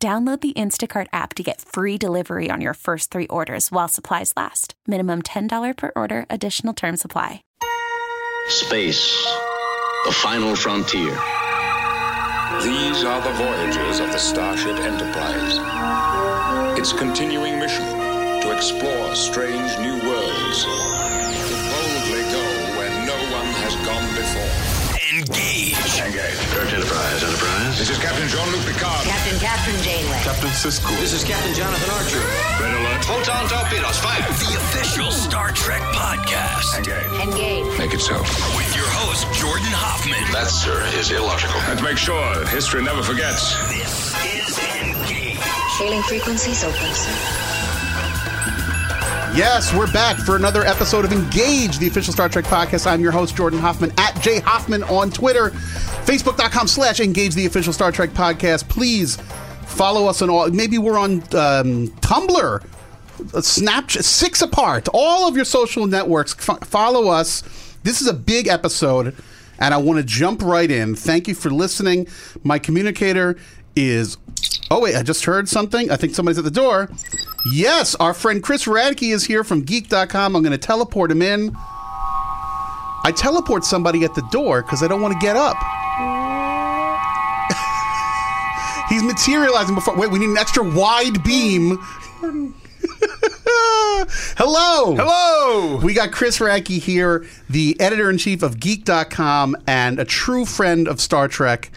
Download the Instacart app to get free delivery on your first three orders while supplies last. Minimum $10 per order, additional term supply. Space, the final frontier. These are the voyages of the Starship Enterprise. Its continuing mission to explore strange new worlds, to boldly go where no one has gone before. Engage. Engage. Search Enterprise, Enterprise. This is Captain Jean Luc Picard. Captain Catherine Janeway. Captain Cisco. This is Captain Jonathan Archer. Red alert. Photon torpedoes, fire. The official Star Trek podcast Engage. Engage. Make it so. with your host, Jordan Hoffman. That, sir, is illogical. Let's make sure history never forgets. This is Engage. Sailing frequencies open, sir. Yes, we're back for another episode of Engage, the official Star Trek podcast. I'm your host, Jordan Hoffman, at J Hoffman on Twitter, facebook.com slash engage the official Star Trek podcast. Please follow us on all, maybe we're on um, Tumblr, Snapchat, Six Apart, all of your social networks. F- follow us. This is a big episode, and I want to jump right in. Thank you for listening. My communicator is. Oh, wait, I just heard something. I think somebody's at the door. Yes, our friend Chris Radke is here from geek.com. I'm going to teleport him in. I teleport somebody at the door because I don't want to get up. He's materializing before. Wait, we need an extra wide beam. Hello. Hello. We got Chris Radke here, the editor in chief of Geek.com and a true friend of Star Trek,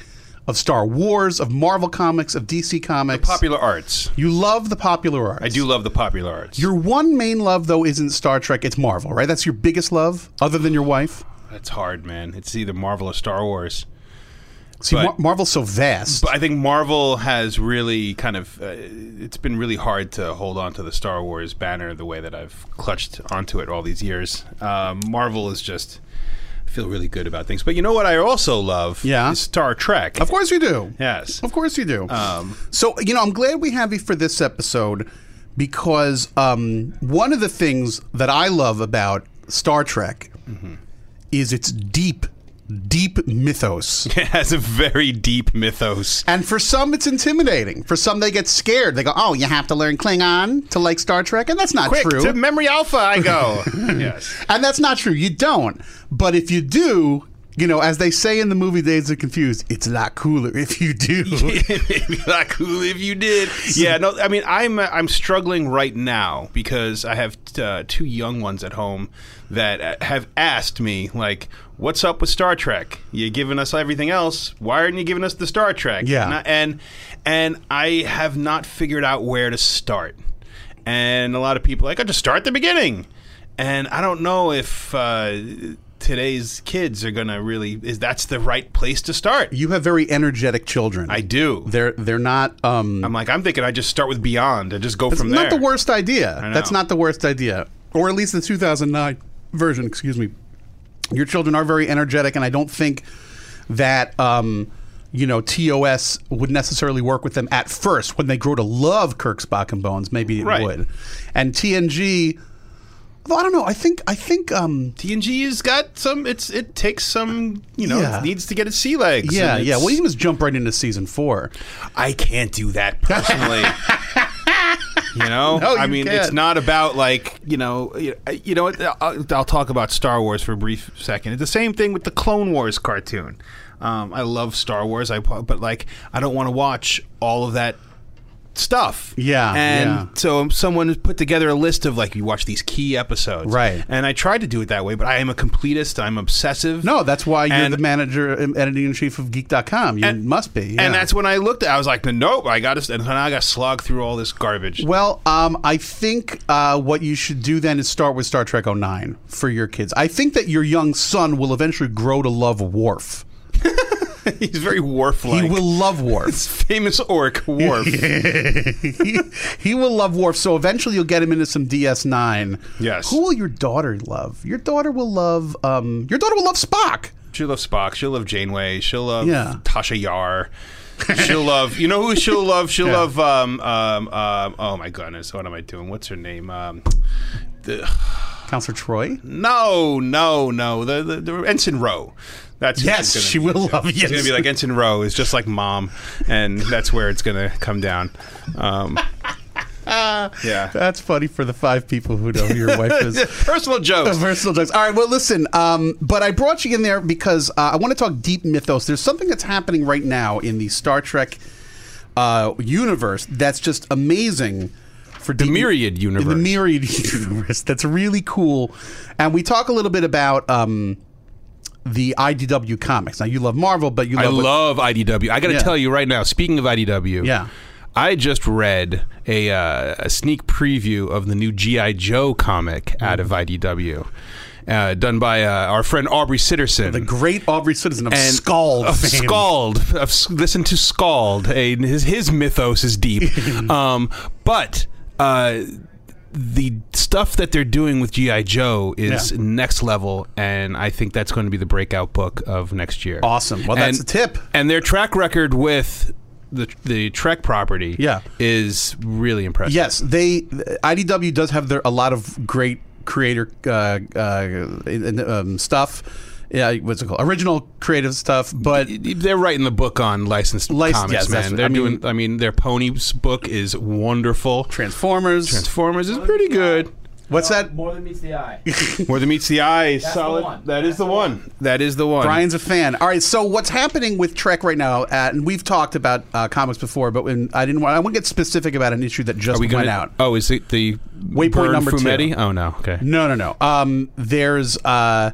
of Star Wars, of Marvel Comics, of DC Comics. Popular arts. you love the popular arts. I do love the popular arts. Your one main love, though, isn't Star Trek, it's Marvel, right? That's your biggest love, other than your wife. That's hard, man. It's either Marvel or Star Wars. See, But- Mar- Marvel's so vast. But I think Marvel has really kind of. Uh, it's been really hard to hold on to the Star Wars banner the way that I've clutched onto it all these years. Um, Marvel is just. I feel really good about things. But you know what I also love? Yeah. Is Star Trek. of course you do. Yes. Of course you do. Um, so, you know, I'm glad we have you for this episode because um, one of the things that I love about Star Trek Mm-hmm. is its deep, deep mythos. It has a very deep mythos. And for some, it's intimidating. For some, they get scared. They go, "Oh, you have to learn Klingon to like Star Trek," and that's not true. to Memory Alpha I go. yes. And that's not true. You don't. But if you do, you know, as they say in the movie Days of Confused, it's a lot cooler if you do. It'd be not cool if you did. Yeah, no, I mean, I'm uh, I'm struggling right now because I have uh, two young ones at home that uh, have asked me like, "What's up with Star Trek? You're giving us everything else. Why aren't you giving us the Star Trek?" Yeah. and I, and, and I have not figured out where to start. And a lot of people are like, "I just start at the beginning," and I don't know if. Uh, Today's kids are gonna really is that's the right place to start. you have very energetic children. I do. They're they're not. Um, I'm like, I'm thinking I just start with Beyond and just go it's from not there. the worst idea. know. That's not the worst idea, or at least the 2009 version. Excuse me. Your children are very energetic, and I don't think that um, you know TOS would necessarily work with them at first. When they grow to love Kirk's Spock and Bones, maybe it Right. would. And TNG. Although I don't know. I think I think um, TNG's got some. It's it takes some. You know, Yeah. it needs to get its sea legs. Yeah, and yeah. it's- Well, you can just jump right into season four. I can't do that personally. You know, No, I you mean, it's can't. not about like you know, you you know. what, I'll, I'll talk about Star Wars for a brief second. It's the same thing with the Clone Wars cartoon. Um, I love Star Wars, I but like I don't want to watch all of that stuff. Yeah, and yeah. so someone put together a list of like you watch these key episodes, Right. And I tried to do it that way, but I am a completist. I'm obsessive. No, that's why you're And- the manager, and editing in chief of Geek.com. You And- must be. yeah. And that's when I looked. at I was like, nope. I got to. And now I got slog through all this garbage. Well, um, I think uh, what you should do then is start with Star Trek 09 for your kids. I think that your young son will eventually grow to love Worf. He's very Worf like. He will love Worf. famous orc Worf. he, he will love Worf. So eventually you'll get him into some DS9. Yes. Who will your daughter love? Your daughter will love. Um, your daughter will love Spock. She'll love Spock. She'll love Janeway. She'll love Yeah. Tasha Yar. She'll love. You know who she'll love? She'll Yeah. love. Um, um, um, oh my goodness! What am I doing? What's her name? Um, the, Counselor Troy. Mm. no, no, no. The the, the Ensign Rowe. That's who Yes, she's she gonna be will into. love- She's gonna yes. be like Ensign Rowe is just like mom, and that's where it's gonna come down. Um, yeah. That's funny for the five people who know who your wife is. Personal Oh. jokes. Versatile jokes. All right. Well, listen. Um, but I brought you in there because uh, I want to talk deep mythos. There's something that's happening right now in the Star Trek uh, universe that's just amazing. For the myriad universe. the myriad universe, that's really cool. And we talk a little bit about um, the IDW comics. Now you love Marvel, but you love, I what- love IDW. I got to Yeah. tell you right now. Speaking of IDW, Yeah. I just read a, uh, a sneak preview of the new GI Joe comic out of IDW, uh, done by uh, our friend Aubrey Sitterson. the great Aubrey Citizen of Scald. of fame. Scald. Of, S- listen to Scald. A, his his mythos is deep, um, but. Uh, the stuff that they're doing with GI Joe is Yeah. next level, and I think that's going to be the breakout book of next year. Awesome. Well, that's And- a tip. And their track record with the the Trek property, Yeah. is really impressive. Yes, they IDW does have their, a lot of great creator uh, uh, in- um, stuff. Yeah, what's it called? Original creative stuff, but They're writing the book on licensed Lic- comics, yes, that's man. what- They're I mean- doing. I mean, their ponies book is wonderful. Transformers. Transformers is pretty good. what's that? More than meets the eye. Where the meets the eye is That's the one. solid. That is the one. That is the one. Brian's a fan. All right, so what's happening with Trek right now? At, and we've talked about uh, comics before, but when I didn't want I want to get specific about an issue that just Are we went going out. Oh, is it the Waypoint Burn number two. Fumetti? Oh no. Okay. No, no, no. Um, there's. Uh,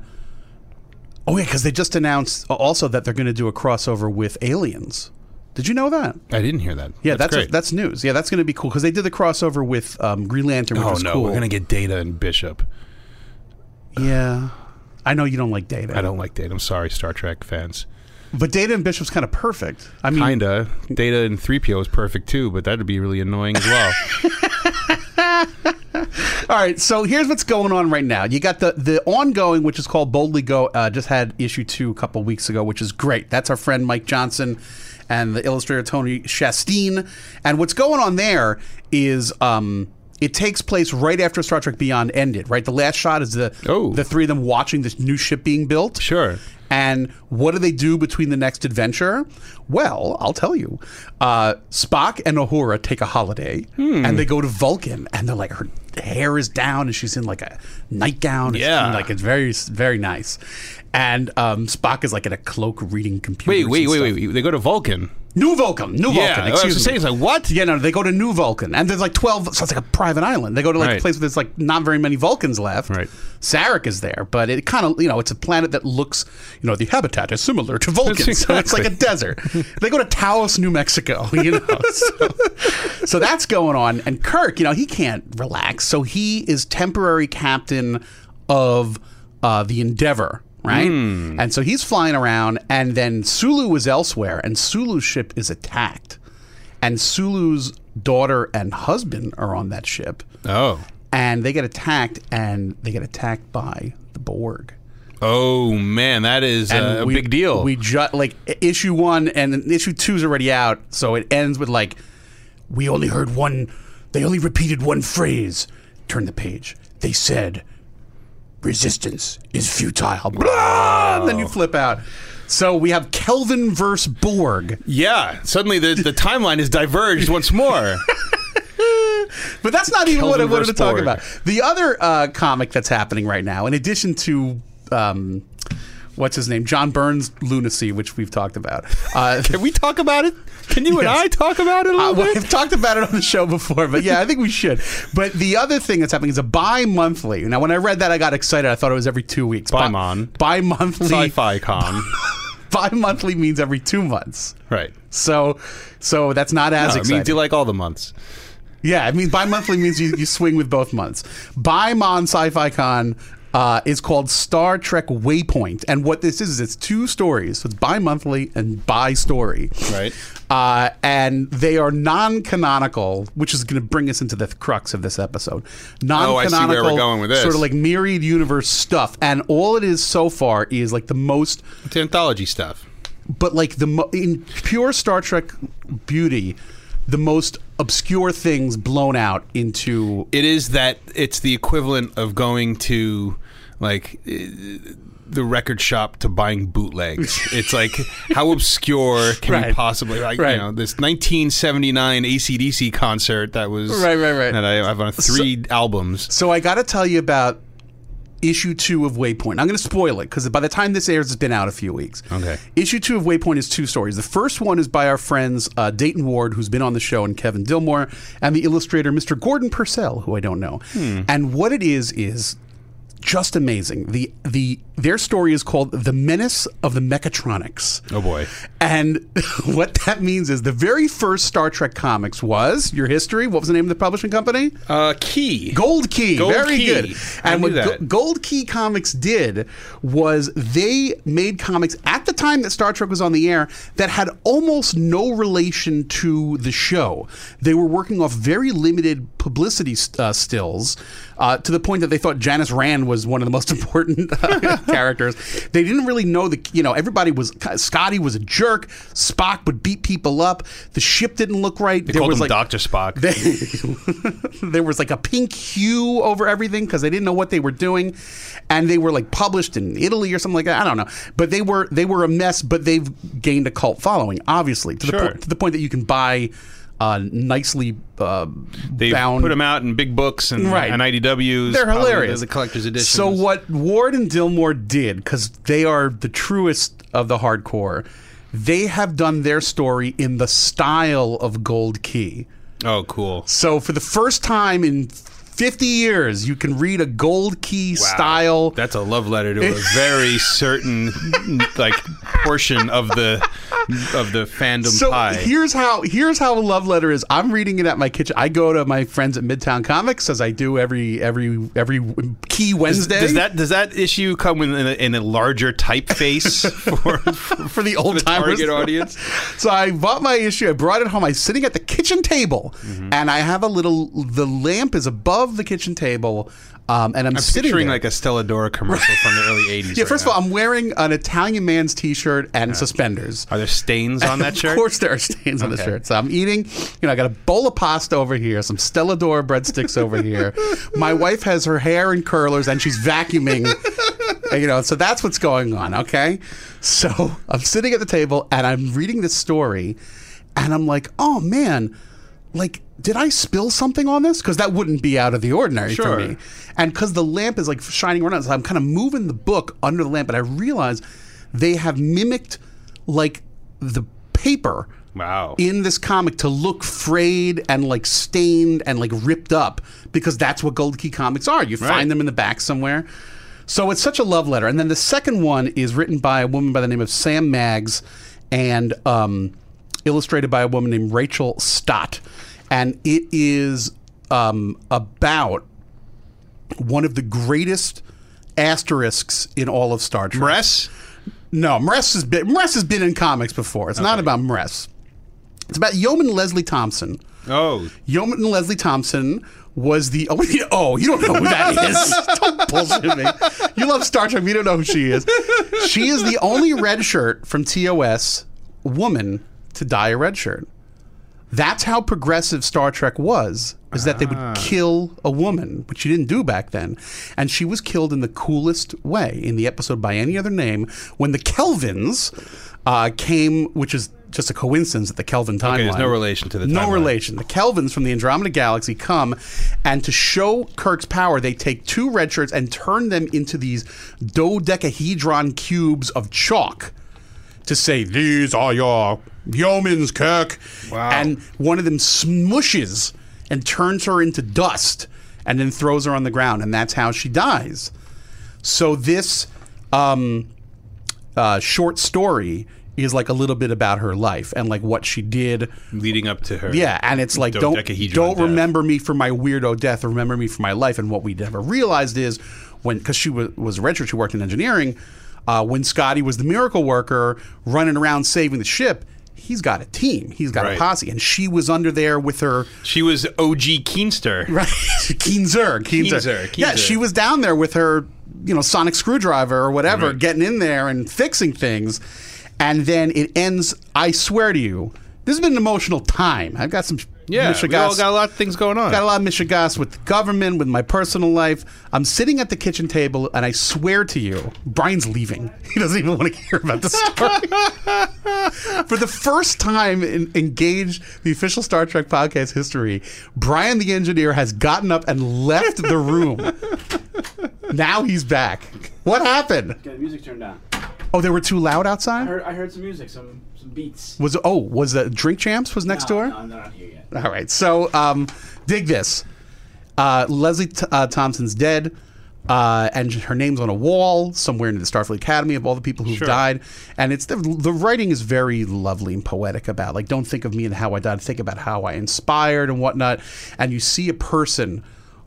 oh yeah, because they just announced uh, also that they're going to do a crossover with Aliens. Did you know that? I didn't hear that. Yeah, that's great. that's news. Yeah, that's going to be cool because they did the crossover with um, Green Lantern, which Oh was no, cool. we're gonna get Data and Bishop. yeah, I know you don't like Data, I don't like Data. I'm sorry, Star Trek fans. but Data and Bishop's kind of perfect. I mean, Kinda. Data and 3PO is perfect too, but that'd be really annoying as well. all right. So here's what's going on right now. You got the the ongoing, which is called Boldly Go. Uh, just had issue two a couple weeks ago, which is great. That's our friend Mike Johnson and the illustrator Tony Shastine. And what's going on there is. Um, it takes place right after Star Trek Beyond ended, right? The last shot is the Oh. the three of them watching this new ship being built. Sure. And what do they do between the next adventure? Well, I'll tell you. Uh, Spock and Uhura take a holiday, Hmm. and they go to Vulcan, and they're like, her hair is down, and she's in like a nightgown. It's- Yeah. like it's very, very nice. And um, Spock is like in a cloak reading computers. wait, wait, and wait, stuff. wait, wait. They go to Vulcan. New Vulcan, New Yeah, Vulcan. I was Excuse just me. saying, it's like, what? Yeah, no, they go to New Vulcan, and there's like twelve. So it's like a private island. They go to like a Right. place where there's like not very many Vulcans left. Right. Sarek is there, but it kind of you know it's a planet that looks you know the habitat is similar to Vulcan, so it's like a desert. they go to Taos, New Mexico. You know, so, so that's going on, and Kirk, you know, he can't relax, so he is temporary captain of uh, the Endeavor. Right, and so he's flying around, and then Sulu is elsewhere, and Sulu's ship is attacked and Sulu's daughter and husband are on that ship, Oh. and they get attacked, and they get attacked by the Borg. Oh man, that is And uh, a we- big deal. We just like i- issue one, and then issue two's already out, so it ends with like, we only heard one. They only repeated one phrase. Turn the page. They said, "Resistance is futile." Blah! And then you flip out. So we have Kelvin versus Borg. yeah, suddenly the, the timeline is diverged once more. But that's not even what I Kelvin wanted to versus talk Borg. about. The other uh, comic that's happening right now, in addition to um, what's his name, John Burns' lunacy, which we've talked about. Uh, Can we talk about it? Can you and Yes. I talk about it uh, a little well, bit? I've talked about it on the show before, but yeah, I think we should. But the other thing that's happening is a bi-monthly. Now, when I read that, I got excited. I thought it was every two weeks. Bi- Bi-mon. Bi-monthly. Sci-fi con. Bi-monthly means every two months. right. So, so that's not as No, it exciting. means you like all the months. Yeah, I mean, bi monthly means you, you swing with both months. Bi Mon Sci Fi Con. uh, is called Star Trek Waypoint. And what this is, is it's two stories. So it's bi monthly and bi story. Right. Uh, and they are non canonical, which is going to bring us into the crux of this episode. Non Oh, I see canonical, where we're going with this. sort of like myriad universe stuff. And all it is so far is like the most It's anthology stuff. but like the mo- in pure Star Trek beauty, the most obscure things blown out into It is that it's the equivalent of going to like eh, the record shop to buying bootlegs. it's like how obscure can you Right. possibly like Right. you know this 1979 ACDC concert that was Right, right, right. that I have on three albums. So I got to tell you about issue two of Waypoint. I'm going to spoil it because by the time this airs, it's been out a few weeks. Okay. Issue two of Waypoint is two stories. The first one is by our friends uh, Dayton Ward, who's been on the show, and Kevin Dillmore, and the illustrator Mr. Gordon Purcell, who I don't know. And what it is is just amazing. The the their story is called "The Menace of the Mechatronics." Oh boy. And what that means is the very first Star Trek comics was your history. What was the name of the publishing company? Uh, key. Gold Key. Gold very Key. good. I And knew what Go- that. Gold Key Comics did was they made comics at the time that Star Trek was on the air that had almost no relation to the show. They were working off very limited publicity st- uh, stills uh, to the point that they thought Janice Rand was one of the most important uh, characters. They didn't really know the, you know, everybody was, Scotty was a jerk. Spock would beat people up. The ship didn't look right. They called him Doctor Spock. They, there was like a pink hue over everything because they didn't know what they were doing, and they were like published in Italy or something like that. I don't know, but they were they were a mess. But they've gained a cult following, obviously, to, the, Sure. po- to the point that you can buy uh, nicely uh, they bound put them out in big books and, Right. and IDWs. they're probably hilarious. The collector's edition. So what Ward and Dillmore did, because they are the truest of the hardcore, they have done their story in the style of Gold Key. Oh, cool. So for the first time in 50 years, you can read a gold key Wow. style. That's a love letter to a very certain like portion of the of the fandom so pie. here's how here's how a love letter is. I'm reading it at my kitchen. I go to my friends at Midtown Comics as I do every every every key Wednesday. does that does that issue come in a, in a larger typeface for, for, for the old timers? target audience? so I bought my issue. I brought it home. I'm sitting at the kitchen table, Mm-hmm. and I have a little. The lamp is above the kitchen table, um, and I'm, I'm sitting picturing there. like a Stella Dora commercial from the early '80s. yeah, right first now. of all, I'm wearing an Italian man's T-shirt and suspenders. are there stains on that shirt? Of course, there are stains on the shirt. So I'm eating. You know, I got a bowl of pasta over here, some Stella Dora breadsticks over here. My wife has her hair in curlers, and she's vacuuming. you know, so that's what's going on. Okay, so I'm sitting at the table and I'm reading this story, and I'm like, oh man, like. Did I spill something on this? Because that wouldn't be out of the ordinary Sure. for me. And because the lamp is like shining around, so I'm kind of moving the book under the lamp, and I realize they have mimicked like the paper Wow. in this comic to look frayed and like stained and like ripped up because that's what Gold Key comics are. You Right. find them in the back somewhere. So it's such a love letter. And then the second one is written by a woman by the name of Sam Maggs and um, illustrated by a woman named Rachel Stott. And it is um, about one of the greatest asterisks in all of Star Trek. Press. No, Mress has been Mress has been in comics before. It's not about Mress. It's about Yeoman Leslie Thompson. Oh, Yeoman Leslie Thompson was the oh, you- oh you don't know who that is. don't bullshit me. You love Star Trek. You don't know who she is. She is the only red shirt from TOS woman to dye a red shirt. That's how progressive Star Trek was. Is that they Ah. would kill a woman, which you didn't do back then, and she was killed in the coolest way in the episode by any other name when the Kelvins uh, came, which is just a coincidence that the Kelvin timeline. Okay, there's no relation to the no timeline. relation. The Kelvins from the Andromeda Galaxy come, and to show Kirk's power, they take two red shirts and turn them into these dodecahedron cubes of chalk to say these are your yeoman's Kirk. Wow. And one of them smushes and turns her into dust, and then throws her on the ground, and that's how she dies. So this um, uh, short story is like a little bit about her life and like what she did. leading up to her. Yeah, and it's like don't Dodecahedron don't death. remember me for my weirdo death, remember me for my life. And what we never realized is when because she was, was a redshirt, she worked in engineering. Uh, when Scotty was the miracle worker running around saving the ship, he's got a team, he's got a Right. posse, and she was under there with her. She was OG Keenster. Right. Keenzer, Keenzer. Keenzer, Yeah, Keenzer. she was down there with her, you know, sonic screwdriver or whatever, getting in there and fixing things. And then it ends, I swear to you, this has been an emotional time. I've got some Yeah, we all Michigas- got a lot of things going on. Got a lot of Michigas with the government, with my personal life. I'm sitting at the kitchen table, and I swear to you, Brian's leaving. He doesn't even want to hear about the story. For the first time in engaged the official Star Trek podcast history, Brian the engineer has gotten up and left the room. now he's back. What happened? Got the music turned down. Oh, they were too loud I outside. heard, I heard some music, some some beats. Was oh was the Drink Champs was next No, door? No, I'm not here yet. All right. So, um, dig this. Uh, Leslie T- uh, Thompson's dead, uh, and her name's on a wall somewhere in the Starfleet Academy of all the people who've died. And it's the, the writing is very lovely and poetic about like don't think of me and how I died, think about how I inspired and whatnot. And you see a person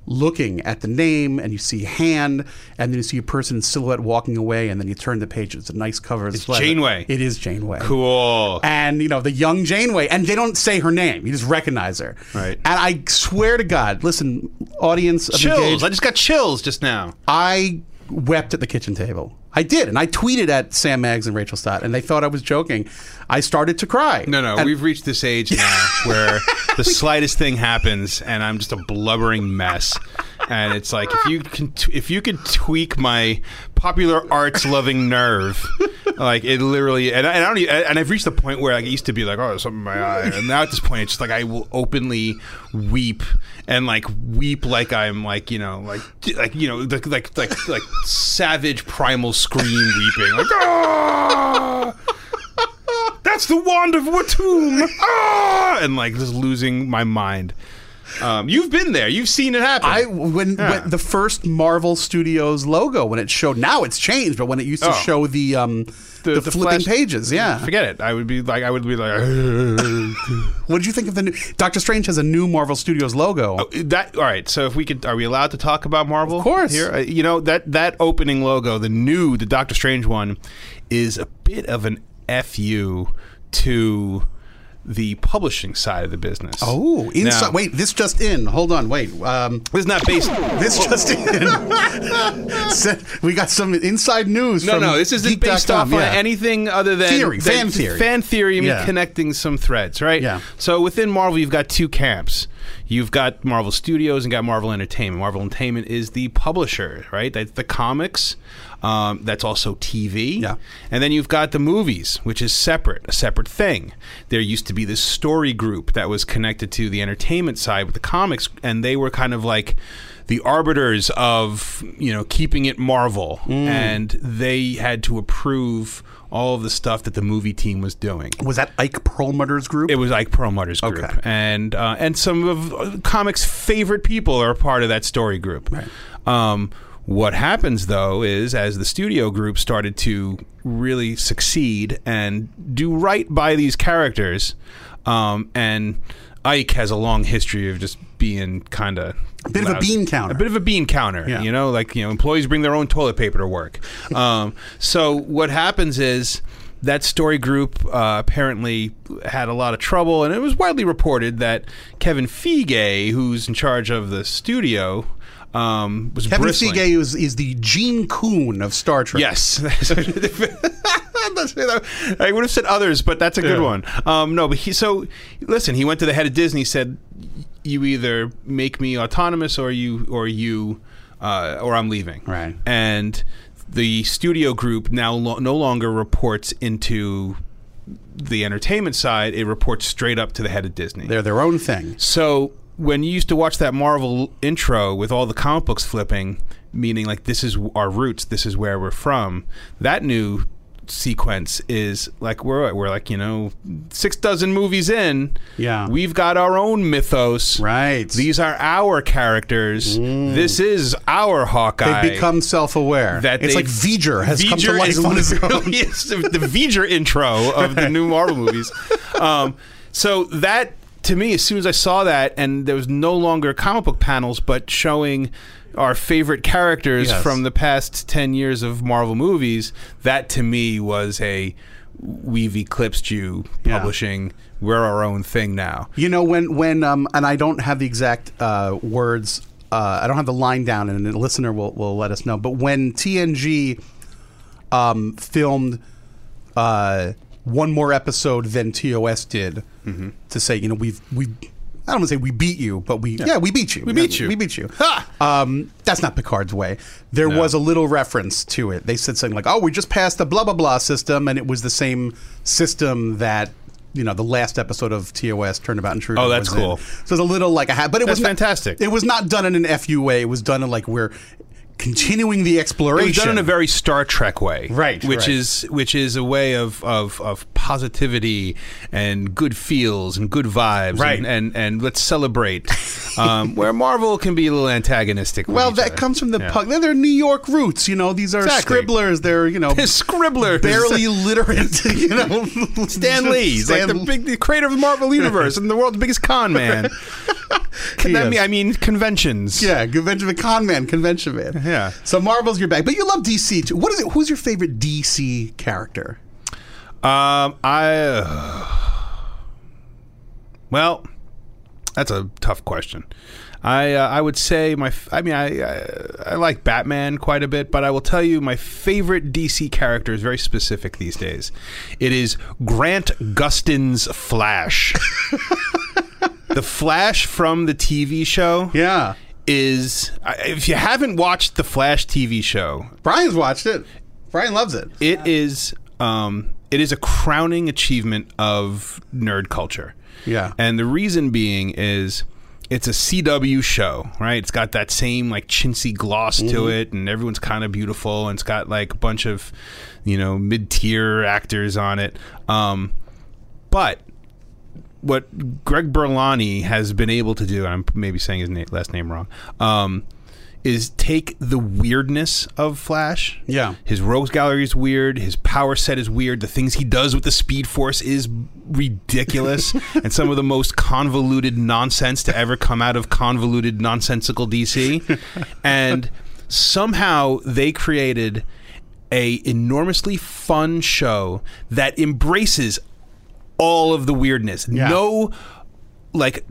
looking at the name, and you see hand, and then you see a person in silhouette walking away, and then you turn the page. It's a nice cover. It's Janeway. It is Janeway Cool. and you know the young Janeway, and they don't say her name; you just recognize her. Right. And I swear to God, listen, audience, of Chills. Engage, I just got chills just now. I wept at the kitchen table. I did, and I tweeted at Sam Maggs and Rachel Stott, and they thought I was joking. I started to cry. No, no, And- we've reached this age now where the slightest thing happens and I'm just a blubbering mess. And it's like if you can, t- if you could tweak my popular arts loving nerve, like it literally, and I, and I don't, e- and I've reached the point where like, it used to be like, oh, there's something in my eye, and now at this point, it's just like I will openly weep and like weep like I'm like you know like d- like you know like like like, like savage primal scream weeping like ah. That's the wand of Watum! ah! And like just losing my mind. Um, you've been there. You've seen it happen. I when, Yeah. when the first Marvel Studios logo when it showed now it's changed, but when it used to Oh. show the um the, the flipping flash- pages, yeah. forget it. I would be like, I would be like, What did you think of the new Doctor Strange has a new Marvel Studios logo? that. All right. So if we could, are we allowed to talk about Marvel? Of course. Here, Uh, you know that that opening logo, the new, the Doctor Strange one, is a bit of an fu to the publishing side of the business. Oh, inside. Now- Wait, this just in. Hold on. Wait. Um, This is not based. This just in. So, we got some inside news. No, from no, this isn't geek.com, based off on yeah. anything other than Theory, than fan theory. fan theory, and Yeah. connecting some threads, right? Yeah. So within Marvel, you've got two camps. You've got Marvel Studios and got Marvel Entertainment. Marvel Entertainment is the publisher, right? That's the comics. Um, that's also TV. Yeah. And then you've got the movies, which is separate, a separate thing. There used to be this story group that was connected to the entertainment side with the comics, and they were kind of like the arbiters of, you know, keeping it Marvel. And they had to approve all of the stuff that the movie team was doing. Was that Ike Perlmutter's group? It was Ike Perlmutter's group, Okay. and uh, and some of uh, comics' favorite people are a part of that story group. Um, what happens though is as the studio group started to really succeed and do right by these characters, um, and Ike has a long history of just being kind of Bit of a bean counter. a bit of a bean counter. Yeah. You know, like you know, employees bring their own toilet paper to work. Um, so what happens is that story group uh, apparently had a lot of trouble, and it was widely reported that Kevin Feige, who's in charge of the studio, um, was Kevin bristling. Feige is, is the Gene Coon of Star Trek. Yes. I would have said others, but that's a good Yeah. one. Um, no, but he, so listen, he went to the head of Disney, said, "You either make me autonomous, or you, or you, uh, or I'm leaving." Right. And the studio group now lo- no longer reports into the entertainment side; it reports straight up to the head of Disney. They're their own thing. So when you used to watch that Marvel intro with all the comic books flipping, meaning like this is our roots, this is where we're from, that new sequence is like we're we're like you know six dozen movies in. Yeah. we've got our own mythos. Right. Mm. these are our characters. This is our Hawkeye. They become self-aware. that it's they- like V'ger has come to V'ger life is on his own. literally- it's the, the V'ger intro of the new Marvel movies. Um, so that to me, as soon as I saw that, and there was no longer comic book panels, but showing our favorite characters Yes. from the past ten years of Marvel movies, that to me was a we've eclipsed you Yeah. publishing. We're our own thing now. You know when when um and I don't have the exact uh, words. Uh, I don't have the line down, and the listener will will let us know. But when TNG um, filmed uh, one more episode than TOS did to say, you know, we've we. I don't want to say we beat you, but we yeah, we beat you. We beat you. We beat you. Um, that's not Picard's way. There was a little reference to it. They said something like, "Oh, we just passed the blah blah blah system," and it was the same system that you know the last episode of TOS Turnabout and True. Oh, that's cool. So it's a little like a hat, but it That's was not- fantastic. It was not done in an FU way. It was done in like we're continuing the It exploration. was done in a very Star Trek way, Right, Which right. is which is a way of, of of positivity and good feels and good vibes, Right. And and, and let's celebrate. um, where Marvel can be a little antagonistic. with well, each that other. comes from the Yeah. pug. They're, they're New York roots, you know. These are Exactly. scribblers. They're you know They're scribblers. barely literate. You know, Stan Lee, he's like Stan- the big the creator of the Marvel universe and the world's biggest con man. Can that Yes. mean- I mean conventions. Yeah, convention the con man, convention man. Yeah. So Marvel's your bag, but you love DC too. What is it? Who's your favorite DC character? Um, I. well, that's a tough question. I uh, I would say my f- I mean I, I I like Batman quite a bit, but I will tell you my favorite DC character is very specific these days. It is Grant Gustin's Flash. the Flash from the TV show Yeah, is I- if you haven't watched the Flash TV show, Brian's watched it. Brian loves it. it is um, it is a crowning achievement of nerd culture. Yeah. And the reason being is it's a CW show, right? It's got that same like chintzy gloss to it and everyone's kind of beautiful and it's got like a bunch of, you know, mid-tier actors on it. Um, but what Greg Berlanti has been able to do, and I'm maybe saying his na- last name wrong, um, is take the weirdness of Flash. Yeah. His rogues gallery is weird. His power set is weird. The things he does with the Speed Force is ridiculous and some of the most convoluted nonsense to ever come out of convoluted, nonsensical DC. and somehow they created a enormously fun show that embraces all of the weirdness. Yeah. No, like,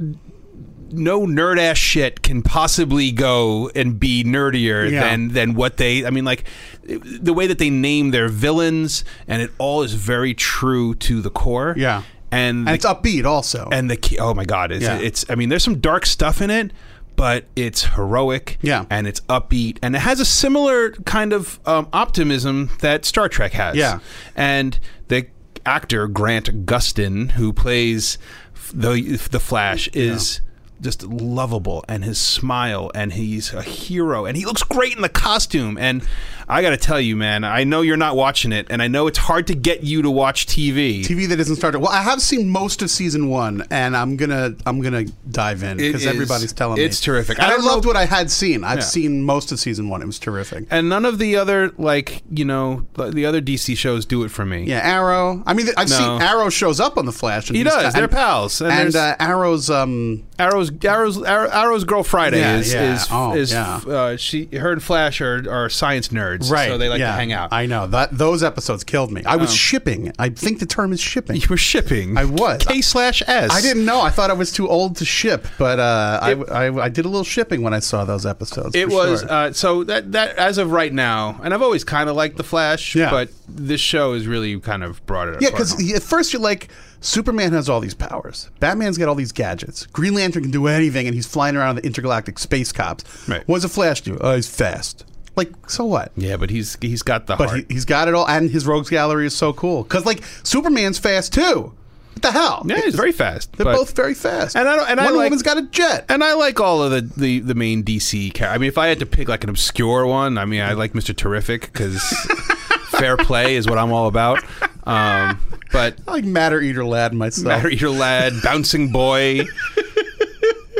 no nerd ass shit can possibly go and be nerdier Yeah. than than what they. I mean, like, the way that they name their villains and it all is very true to the core. Yeah. and And the, it's upbeat also. and the key, oh my god, it's, Yeah. it's. I mean, there's some dark stuff in it. But it's heroic, Yeah. and it's upbeat, and it has a similar kind of um, optimism that Star Trek has. Yeah. And the actor Grant Gustin, who plays f- the the Flash, is just lovable, and his smile, and he's a hero, and he looks great in the costume. And I got to tell you, man, I know you're not watching it, and I know it's hard to get you to watch TV. TV that isn't started. Well, I have seen most of season one, and I'm gonna I'm gonna dive in It because is- everybody's telling me it's terrific. And I I, don't know- loved what I had seen. I've Yeah. seen most of season one. It was terrific. and none of the other like you know the the other DC shows do it for me. Yeah, Arrow. I mean, th- I've No. seen Arrow shows up on the Flash. And He he's does. got- They're and- pals, and And, uh, there's- Arrow's um, Arrow's Arrow's Arrow- Arrow's Girl Friday Yeah, is yeah. is Oh, is yeah. uh, she her and Flash are, are science nerds, So they like yeah. to hang out. Oh. I know that those episodes killed me. I was shipping. I think the term is shipping. you were shipping. I was. K slash S. I didn't know. I thought I was too old to ship, but uh, I, I I did a little shipping when I saw those episodes. It for was sure. uh, so that that as of right now, and I've always kind of liked the Flash, Yeah. but this show has really kind of brought it. yeah, apart home. because at first you're like, Superman has all these powers. Batman's got all these gadgets. Green Lantern can do anything, and he's flying around the intergalactic space cops. Right. What does a Flash do? Oh, he's fast. Like, so what? yeah, but he's he's got the But heart. he, he's got it all, and his rogues gallery is so cool. Because like Superman's fast too. What the hell? yeah, he's very fast. They're but- both very fast. And I don't- and I Wonder like- Woman's got a jet. And I like all of the, the, the main DC characters. I mean, if I had to pick like an obscure one, I mean, I like Mister Terrific because fair play is what I'm all about. Um, but I like Matter Eater Lad myself. Matter Eater Lad, Bouncing Boy,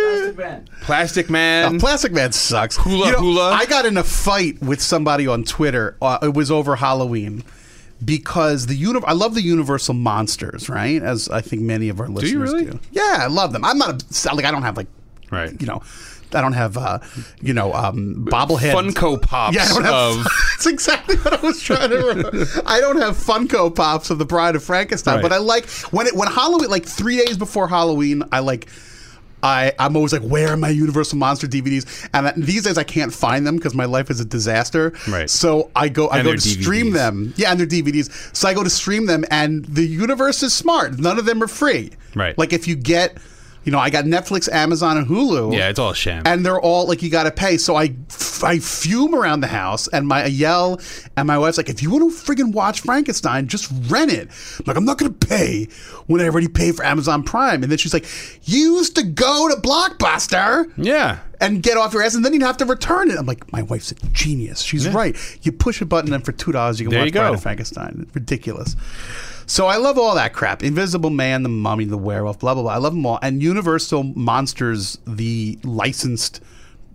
Plastic band. Plastic Man. Oh, Plastic Man sucks. Hula Hula. I got in a fight with somebody on Twitter. Uh, it was over Halloween because the uni- I love the Universal monsters, right? As I think many of our listeners do. really? Yeah, I love them. I'm not obs- like I don't have like Right. you know. I don't have, uh, you know, um, bobblehead Funko Pops Yeah, I don't have. of- that's exactly what I was trying to. remember. I don't have Funko Pops of the Bride of Frankenstein, Right. but I like when it when Halloween, like three days before Halloween, I like. I, I'm always like, where are my Universal Monster DVDs? And I, these days I can't find them because my life is a disaster. Right. So I go, I And go their to stream DVDs. them. Yeah, and their DVDs. So I go to stream them, and the universe is smart. None of them are free. Right. Like if you get, you know, I got Netflix, Amazon, and Hulu. Yeah, it's all a sham. And they're all like, you got to pay. So I, f- I fume around the house and my I yell, and my wife's like, if you want to friggin' watch Frankenstein, just rent it. I'm like, I'm not going to pay when I already pay for Amazon Prime. And then she's like, you used to go to Blockbuster yeah. and get off your ass, and then you'd have to return it. I'm like, my wife's a genius. She's right. You push a button, and for two dollars, you can There watch you go. Bride of Frankenstein. It's ridiculous. So I love all that crap. Invisible Man, the Mummy, the Werewolf, blah blah blah. I love them all. And Universal Monsters, the licensed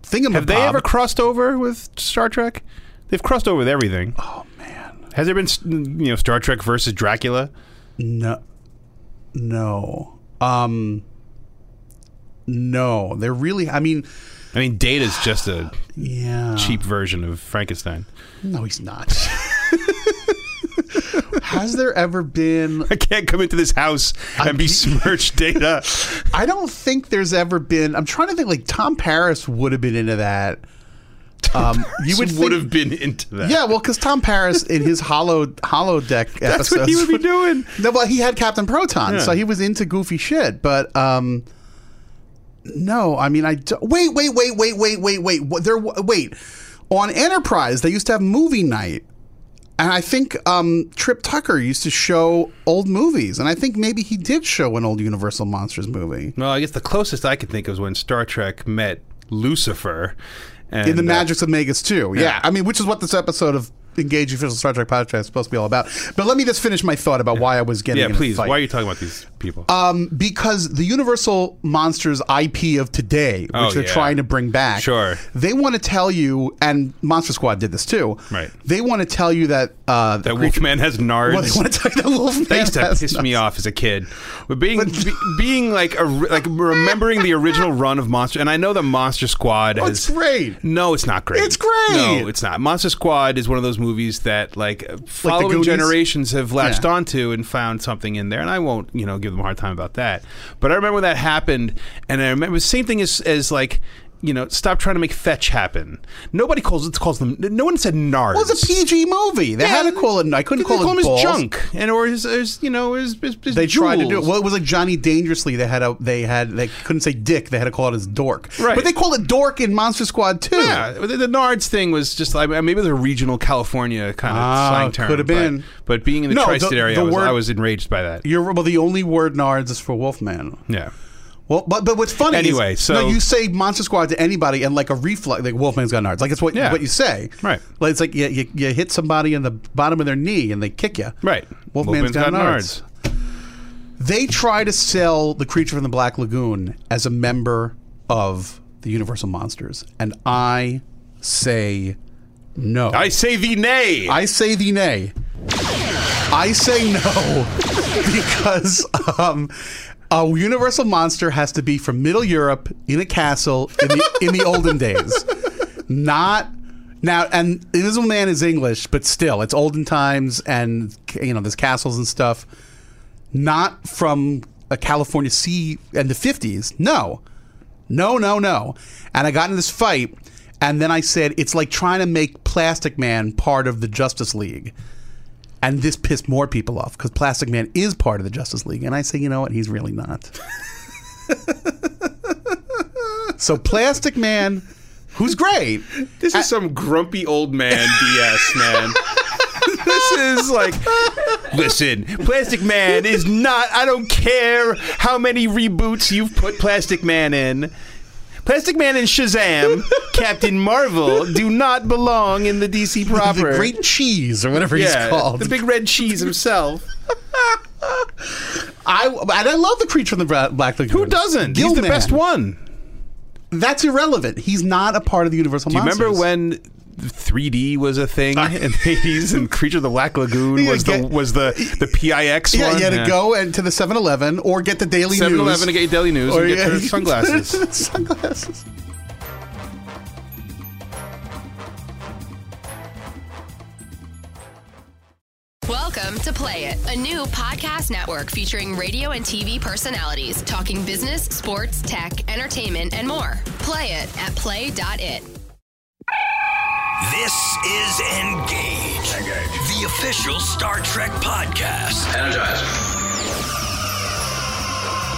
thing. Have they ever crossed over with Star Trek? They've crossed over with everything. Oh man. Has there been s- you know Star Trek versus Dracula? No, no, um, no. They're really. I mean, I mean, Data's just a yeah. cheap version of Frankenstein. No, he's not. Has there ever been I can't come into this house and besmirch Data. I don't think there's ever been. I'm trying to think. Like Tom Paris would have been into that. Um, you would would think- have been into that. Yeah, well, because Tom Paris in his hollow hollow deck That's what he would be doing. No, but he had Captain Proton, Yeah. so he was into goofy shit. But um, no, I mean, I do- wait, wait, wait, wait, wait, wait, wait. What, there, wait. On Enterprise, they used to have movie night, and I think um, Trip Tucker used to show old movies, and I think maybe he did show an old Universal Monsters movie. Well, I guess the closest I could think of was when Star Trek met Lucifer. And, in the uh, magics of Magus too. Yeah. yeah. I mean, which is what this episode of Engage the Official Star Trek podcast is supposed to be all about. But let me just finish my thought about why I was getting. yeah, in a please. fight. Uh, Why are you talking about these people? because the Universal Monsters IP of today, which Oh, they're yeah. trying to bring back, Sure. they want to tell you, and Monster Squad did this too. Right. They want to tell you that uh, that Wolfman has nards. Well, they want to tell you that Wolfman. They used to has piss me nuts. off as a kid. But being be, being like a, like remembering the original run of Monster, and I know the Monster Squad. Oh, has, it's great. No, it's not great. It's great. No, it's not. Monster Squad is one of those movies that like following Goonies? generations have latched Yeah. onto and found something in there. And I won't you know give them a hard time about that. But I remember when that happened, and I remember the same thing as as like. You know, stop trying to make fetch happen. Nobody calls it calls them. No one said nards. Well, it was a PG movie. They had Yeah, to call it. I couldn't they call, it him balls. his junk, and or his, his you know his, his, his They tried to do it. jewels. Well, it was like Johnny Dangerously. They had a they had they couldn't say dick. They had to call it as dork. Right. But they call it dork in Monster Squad too. Yeah, the, the Nards thing was just like maybe it was a regional California kind of Ah, slang term. could have but- been. but, being in the No, the- tri-state area, the I, was, word- I was enraged by that. You're well. The only word Nards is for Wolfman. Yeah, Well, but but what's funny? is- Anyway, so- no, you say Monster Squad to anybody, and like a reflex, like Wolfman's got Nards. Like it's what Yeah. what you say. Right. Like it's like you, you, you hit somebody in the bottom of their knee and they kick you. right. Wolfman's got, Nards. They try to sell the creature from the Black Lagoon as a member of the Universal Monsters, and I say no. I say thee nay. I say the nay. I say no because um, a universal monster has to be from Middle Europe in a castle in the, in the olden days, not now. And Invisible Man is English, but still, it's olden times, and you know, there's castles and stuff. Not from a California sea and the fifties. No, no, no, no. And I got in this fight, and then I said, it's like trying to make Plastic Man part of the Justice League. And this pissed more people off because Plastic Man is part of the Justice League. And I say, you know what? He's really not. so, Plastic Man, who's great, this is some grumpy old man BS, man. This is like, listen, Plastic Man is not. I don't care how many reboots you've put Plastic Man in. Plastic Man and Shazam, Captain Marvel do not belong in the DC proper. The great cheese or whatever he's called. The big red cheese himself. I and I love the creature in the Bra- Black Lagoon. Who doesn't? He's the Gilman. best one. That's irrelevant. He's not a part of the Universal. Do you Monsters. remember when 3D was a thing in the 80s and Creature of the Black Lagoon Yeah, was the get- was the the PIX Yeah, one? you had to go and to the 7-Eleven or get the Daily News. 7-Eleven to get your daily news Or and get yeah, their sunglasses. sunglasses. Welcome to Play It, a new podcast network featuring radio and TV personalities talking business, sports, tech, entertainment, and more. Play it at play.it. This is Engage. The official Star Trek podcast. Energize.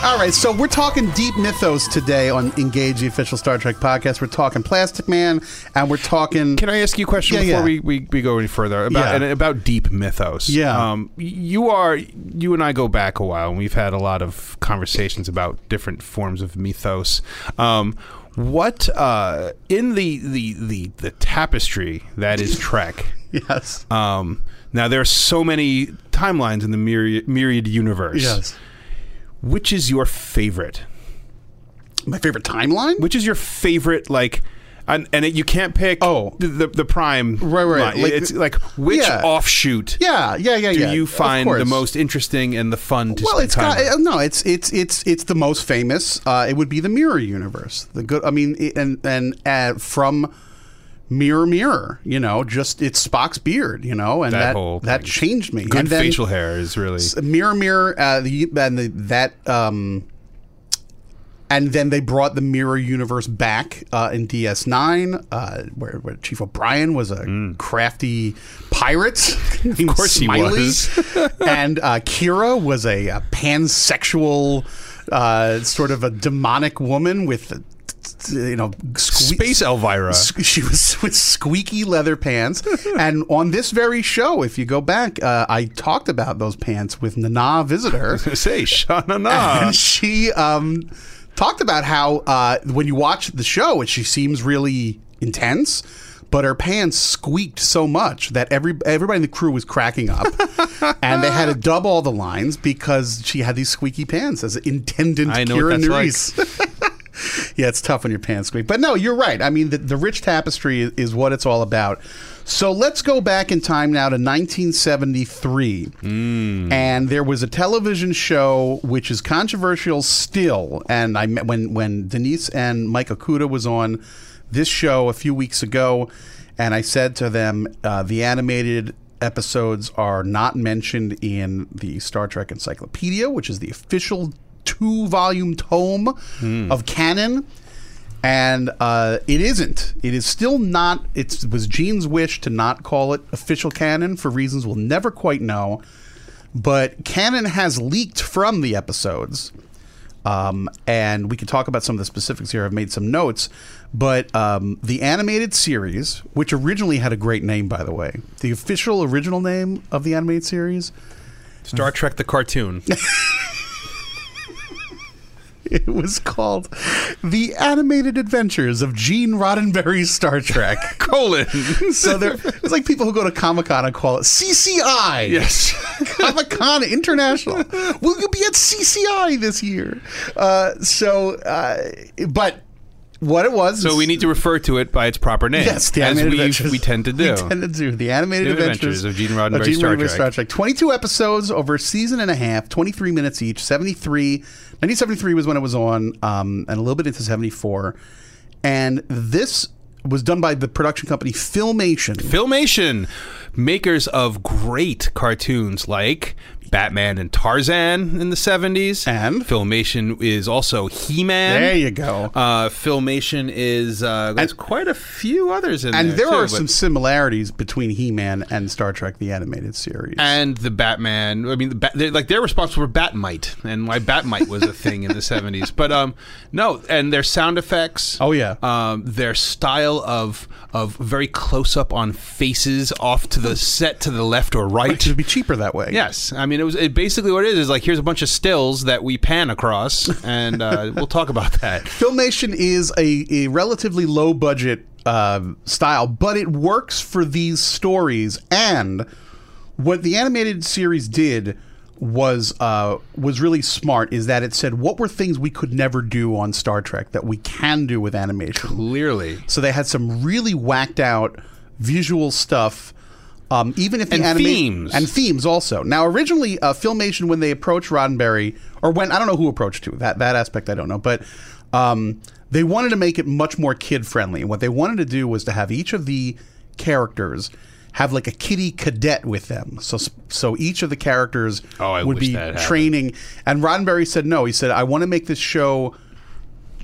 All right, so we're talking deep mythos today on Engage the official Star Trek podcast. We're talking Plastic Man, and we're talking. Can I ask you a question Yeah, before yeah. We, we, we go any further about Yeah. and about deep mythos? Yeah. um, you are you and I go back a while, and we've had a lot of conversations about different forms of mythos. Um, what uh, in the, the the the tapestry that is Trek? yes. Um, now there are so many timelines in the myriad, myriad universe. Yes. Which is your favorite? My favorite timeline. Which is your favorite? Like, and, and it, you can't pick. Oh. the the, the prime. Right, right. line. Like- it's like which Yeah. offshoot? yeah, yeah, yeah, Do yeah. you Of find the course. most interesting and the fun to Well, spend it's time got with? uh, no. It's it's it's it's the most famous. Uh, it would be the Mirror Universe. The good. I mean, it- and and uh, from Mirror Mirror, you know, just it's Spock's beard, you know, and That that whole that thing. changed me. good and then facial hair is really Mirror Mirror, uh, the and the, that um, and then they brought the Mirror Universe back uh, in DS Nine, uh, where, where Chief O'Brien was a crafty pirate. of Hmm. course he was. and uh, Kira was a, uh pansexual, uh, sort of a demonic woman with. uh, t- t- You know, sque- space Elvira. Sque- She was with squeaky leather pants. and on this very show, if you go back, uh, I talked about those pants with Nana Visitor. Say, Shana and she um, talked about how uh, when you watch the show, she seems really intense. But her pants squeaked so much that every everybody in the crew was cracking up, and they had to dub all the lines because she had these squeaky pants as intendant I know what Kira that's like. Nerys. Yeah, it's tough when your pants squeak. But no, you're right. I mean, the, the rich tapestry is, is what it's all about. So let's go back in time now to 1973. And there was a television show which is controversial still. And I met when, when Denise and Mike Okuda was on this show a few weeks ago, and I said to them, uh, the animated episodes are not mentioned in the Star Trek Encyclopedia, which is the official two volume tome of canon. And uh, it isn't. It is still not. It's, it was Gene's wish to not call it official canon for reasons we'll never quite know. But canon has leaked from the episodes. Um, and we can talk about some of the specifics here. I've made some notes, but um, the animated series, which originally had a great name, by the way, the official original name of the animated series, Star Trek the cartoon. it was called "The Animated Adventures of Gene Roddenberry's Star Trek." Colon. so there, it's like people who go to Comic Con and call it CCI. Yes. Comic Con International. Will you be at CCI this year? Uh, so, uh, but what it was. So we need to refer to it by its proper name. Yes, the as animated we, adventures. we tend to do. We tend to do the animated The adventures, Adventures of Gene Roddenberry's Gene Star Trek. Star Trek. Twenty-two episodes over a season and a half, twenty-three minutes each. Seventy-three. 1973 was when it was on, um, and a little bit into seventy-four. And this was done by the production company Filmation. Filmation, makers of great cartoons like Batman and Tarzan in the 70s. And? Filmation is also He Man. There you go. Uh, Filmation is, uh, there's quite a few others in and there too, are but- some similarities between He-Man and Star Trek: The Animated Series. and the Batman. I mean, the bat, they're, like they're responsible for Batmite and why Batmite was a thing in the seventies. But um, no, and their sound effects. Oh, yeah. um, their style of of very close up on faces off to the set to the left or right. It would be cheaper that way. Yes, I mean mean, it was it basically what it is is like here's a bunch of stills that we pan across, and uh, we'll talk about that. Filmation is a, a relatively low budget um, style, but it works for these stories. And what the animated series did was uh, was really smart is that it said what were things we could never do on Star Trek that we can do with animation. Clearly, So they had some really whacked out visual stuff. Um, even if the And anima- themes. and themes also. Now, originally, uh, Filmation when they approached Roddenberry or when I don't know who approached who that that aspect I don't know, but um, they wanted to make it much more kid friendly. And what they wanted to do was to have each of the characters have like a kitty cadet with them. So so each of the characters Oh, I would wish be that happened. training. And Roddenberry said no. He said I want to make this show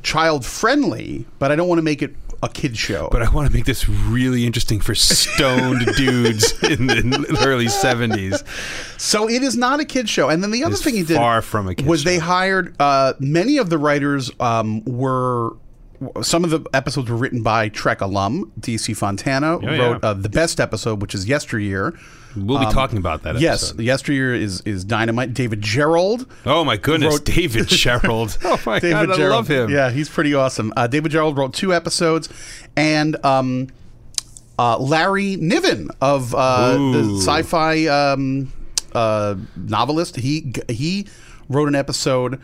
child friendly, but I don't want to make it a kid show. but I want to make this really interesting for stoned dudes in the in the early '70s. so it is not a kid show. And then the other is thing he did far from a kid was they show. hired uh, many of the writers um, were. Some of the episodes were written by Trek alum DC Fontana Oh, yeah. wrote uh, the best episode, which is yesteryear. We'll be talking about Um, that. Yes, episode. yesteryear is is dynamite. David Gerald Oh my goodness, Wrote- David Gerald. Oh my David god, Gerald. I love him. Yeah, he's pretty awesome. Uh, David Gerald wrote two episodes, and um, uh, Larry Niven of uh, the Ooh. sci-fi um, uh, novelist. He he wrote an episode.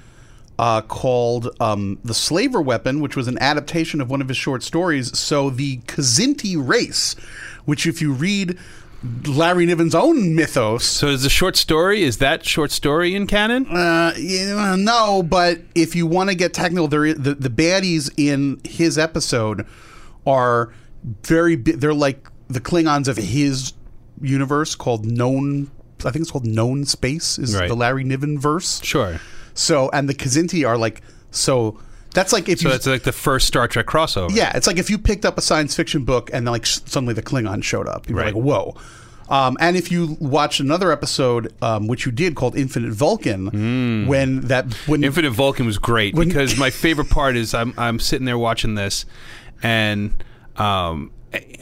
Uh, called um, The Slaver Weapon, which was an adaptation of one of his short stories. So, the Kazinti race, which, if you read Larry Niven's own mythos, So is the short story? Is that short story in canon? uh, yeah, no, but if you want to get technical, there i- the, the baddies in his episode are very bi- they're like the Klingons of his universe called known. I think it's called known space is Right. the Larry Niven verse. sure. So and the Kazinti are like so. That's like if So you that's like the first Star Trek crossover. yeah, it's like if you picked up a science fiction book and then like s- suddenly the Klingon showed up. You're Right. like, whoa. Um, and if you watched another episode, um, which you did, called Infinite Vulcan, when that when Hmm. Infinite Vulcan was great When- because my favorite part is I'm I'm sitting there watching this, and um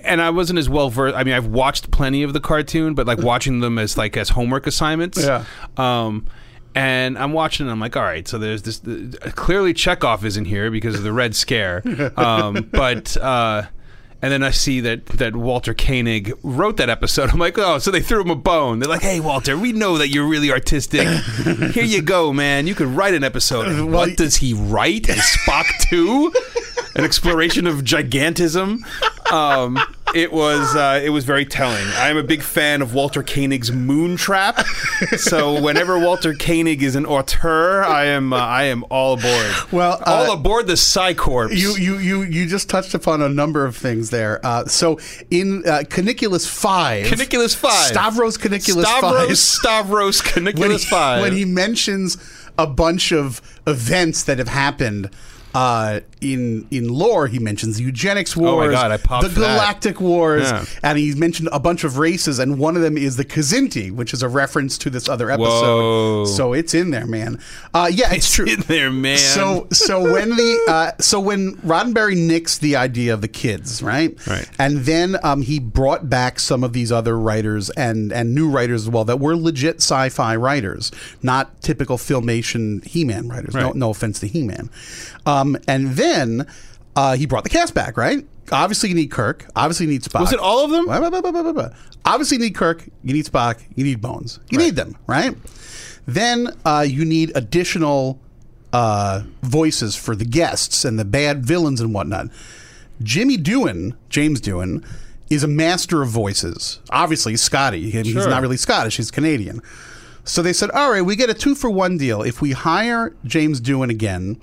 and I wasn't as well versed. I mean, I've watched plenty of the cartoon, but like watching them as like as homework assignments. Yeah. Um. And I'm watching, and I'm like, all right, so there's this. clearly, Chekhov isn't here because of the Red Scare. Um, but, uh, and then I see that, that Walter Koenig wrote that episode. I'm like, oh, so they threw him a bone. They're like, hey, Walter, we know that you're really artistic. Here you go, man. You could write an episode. And Well, what y- does he write? Is Spock 2? An exploration of gigantism. Um, it was uh, it was very telling. I'm a big fan of Walter Koenig's Moontrap, so whenever Walter Koenig is an auteur, I am uh, I am all aboard. Well, uh, all aboard the Psycorps. You, you you you just touched upon a number of things there. Uh, so in uh, Caniculus Five, Caniculus Five, Stavros Caniculus Stavros, Five, Stavros when he, Caniculus Five. when he mentions a bunch of events that have happened. Uh, in in lore, he mentions the eugenics Oh my wars, God, I popped the for that. galactic wars, Yeah. and he mentioned a bunch of races, and one of them is the Kazinti, which is a reference to this other episode. Whoa. So it's in there, man. Uh, yeah, it's, true. in there, man. So so when the uh, so when Roddenberry nixed the idea of the kids, right? Right. And then um, he brought back some of these other writers and and new writers as well that were legit sci-fi writers, not typical filmation He-Man writers. No, Right. no offense to He-Man. Um, and then uh, he brought the cast back, right? Obviously, you need Kirk. Obviously, you need Spock. Was it all of them? Blah, blah, blah, blah, blah, blah, blah. Obviously, you need Kirk. You need Spock. You need Bones. You need them, right? Then uh, you need additional uh, voices for the guests and the bad villains and whatnot. Jimmy Doohan, James Doohan, is a master of voices. Obviously, he's Scotty. He- He's Sure. not really Scottish. He's Canadian. So they said, all right, we get a two for one deal. If we hire James Doohan again,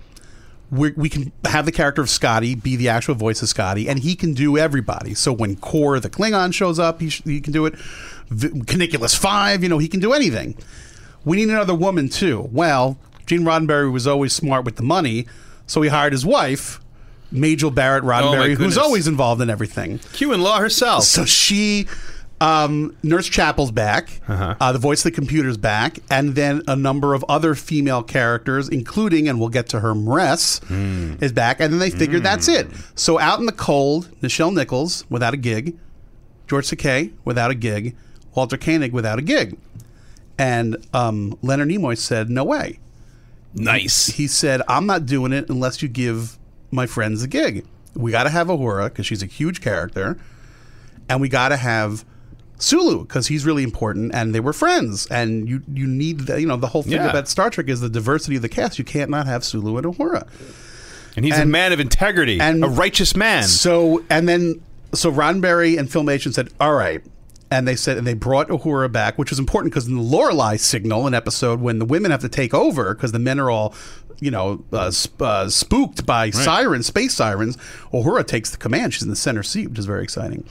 we, we can have the character of Scotty be the actual voice of Scotty, and he can do everybody. So when Kor the Klingon shows up, he, sh- he can do it. V- Caniculus 5, you know, he can do anything. We need another woman, too. Well, Gene Roddenberry was always smart with the money, so he hired his wife, Majel Barrett Roddenberry, who's goodness. always involved in everything. Q and Law herself. So she, um, Nurse Chapel's back, uh the voice of the computer's back, and then a number of other female characters, including, and we'll get to her, Mress, is back. And then they figured that's it. So out in the cold, Nichelle Nichols without a gig, George Takei without a gig, Walter Koenig without a gig. And um, Leonard Nimoy said, "No way." Nice. He said, "I'm not doing it unless you give my friends a gig. We got to have Ahura because she's a huge character, and we got to have." Sulu because he's really important, and they were friends. And you you need the, you know the whole thing Yeah. about Star Trek is the diversity of the cast. You can't not have Sulu and Uhura. And he's a And- man of integrity, and- a righteous man. So and then so Roddenberry and Filmation said, "All right." And they said, and they brought Uhura back, which was important because in the Lorelei signal, an episode when the women have to take over because the men are all, you know, uh, sp- uh, spooked by sirens, space sirens. Uhura takes the command. She's in the center seat, which is very exciting.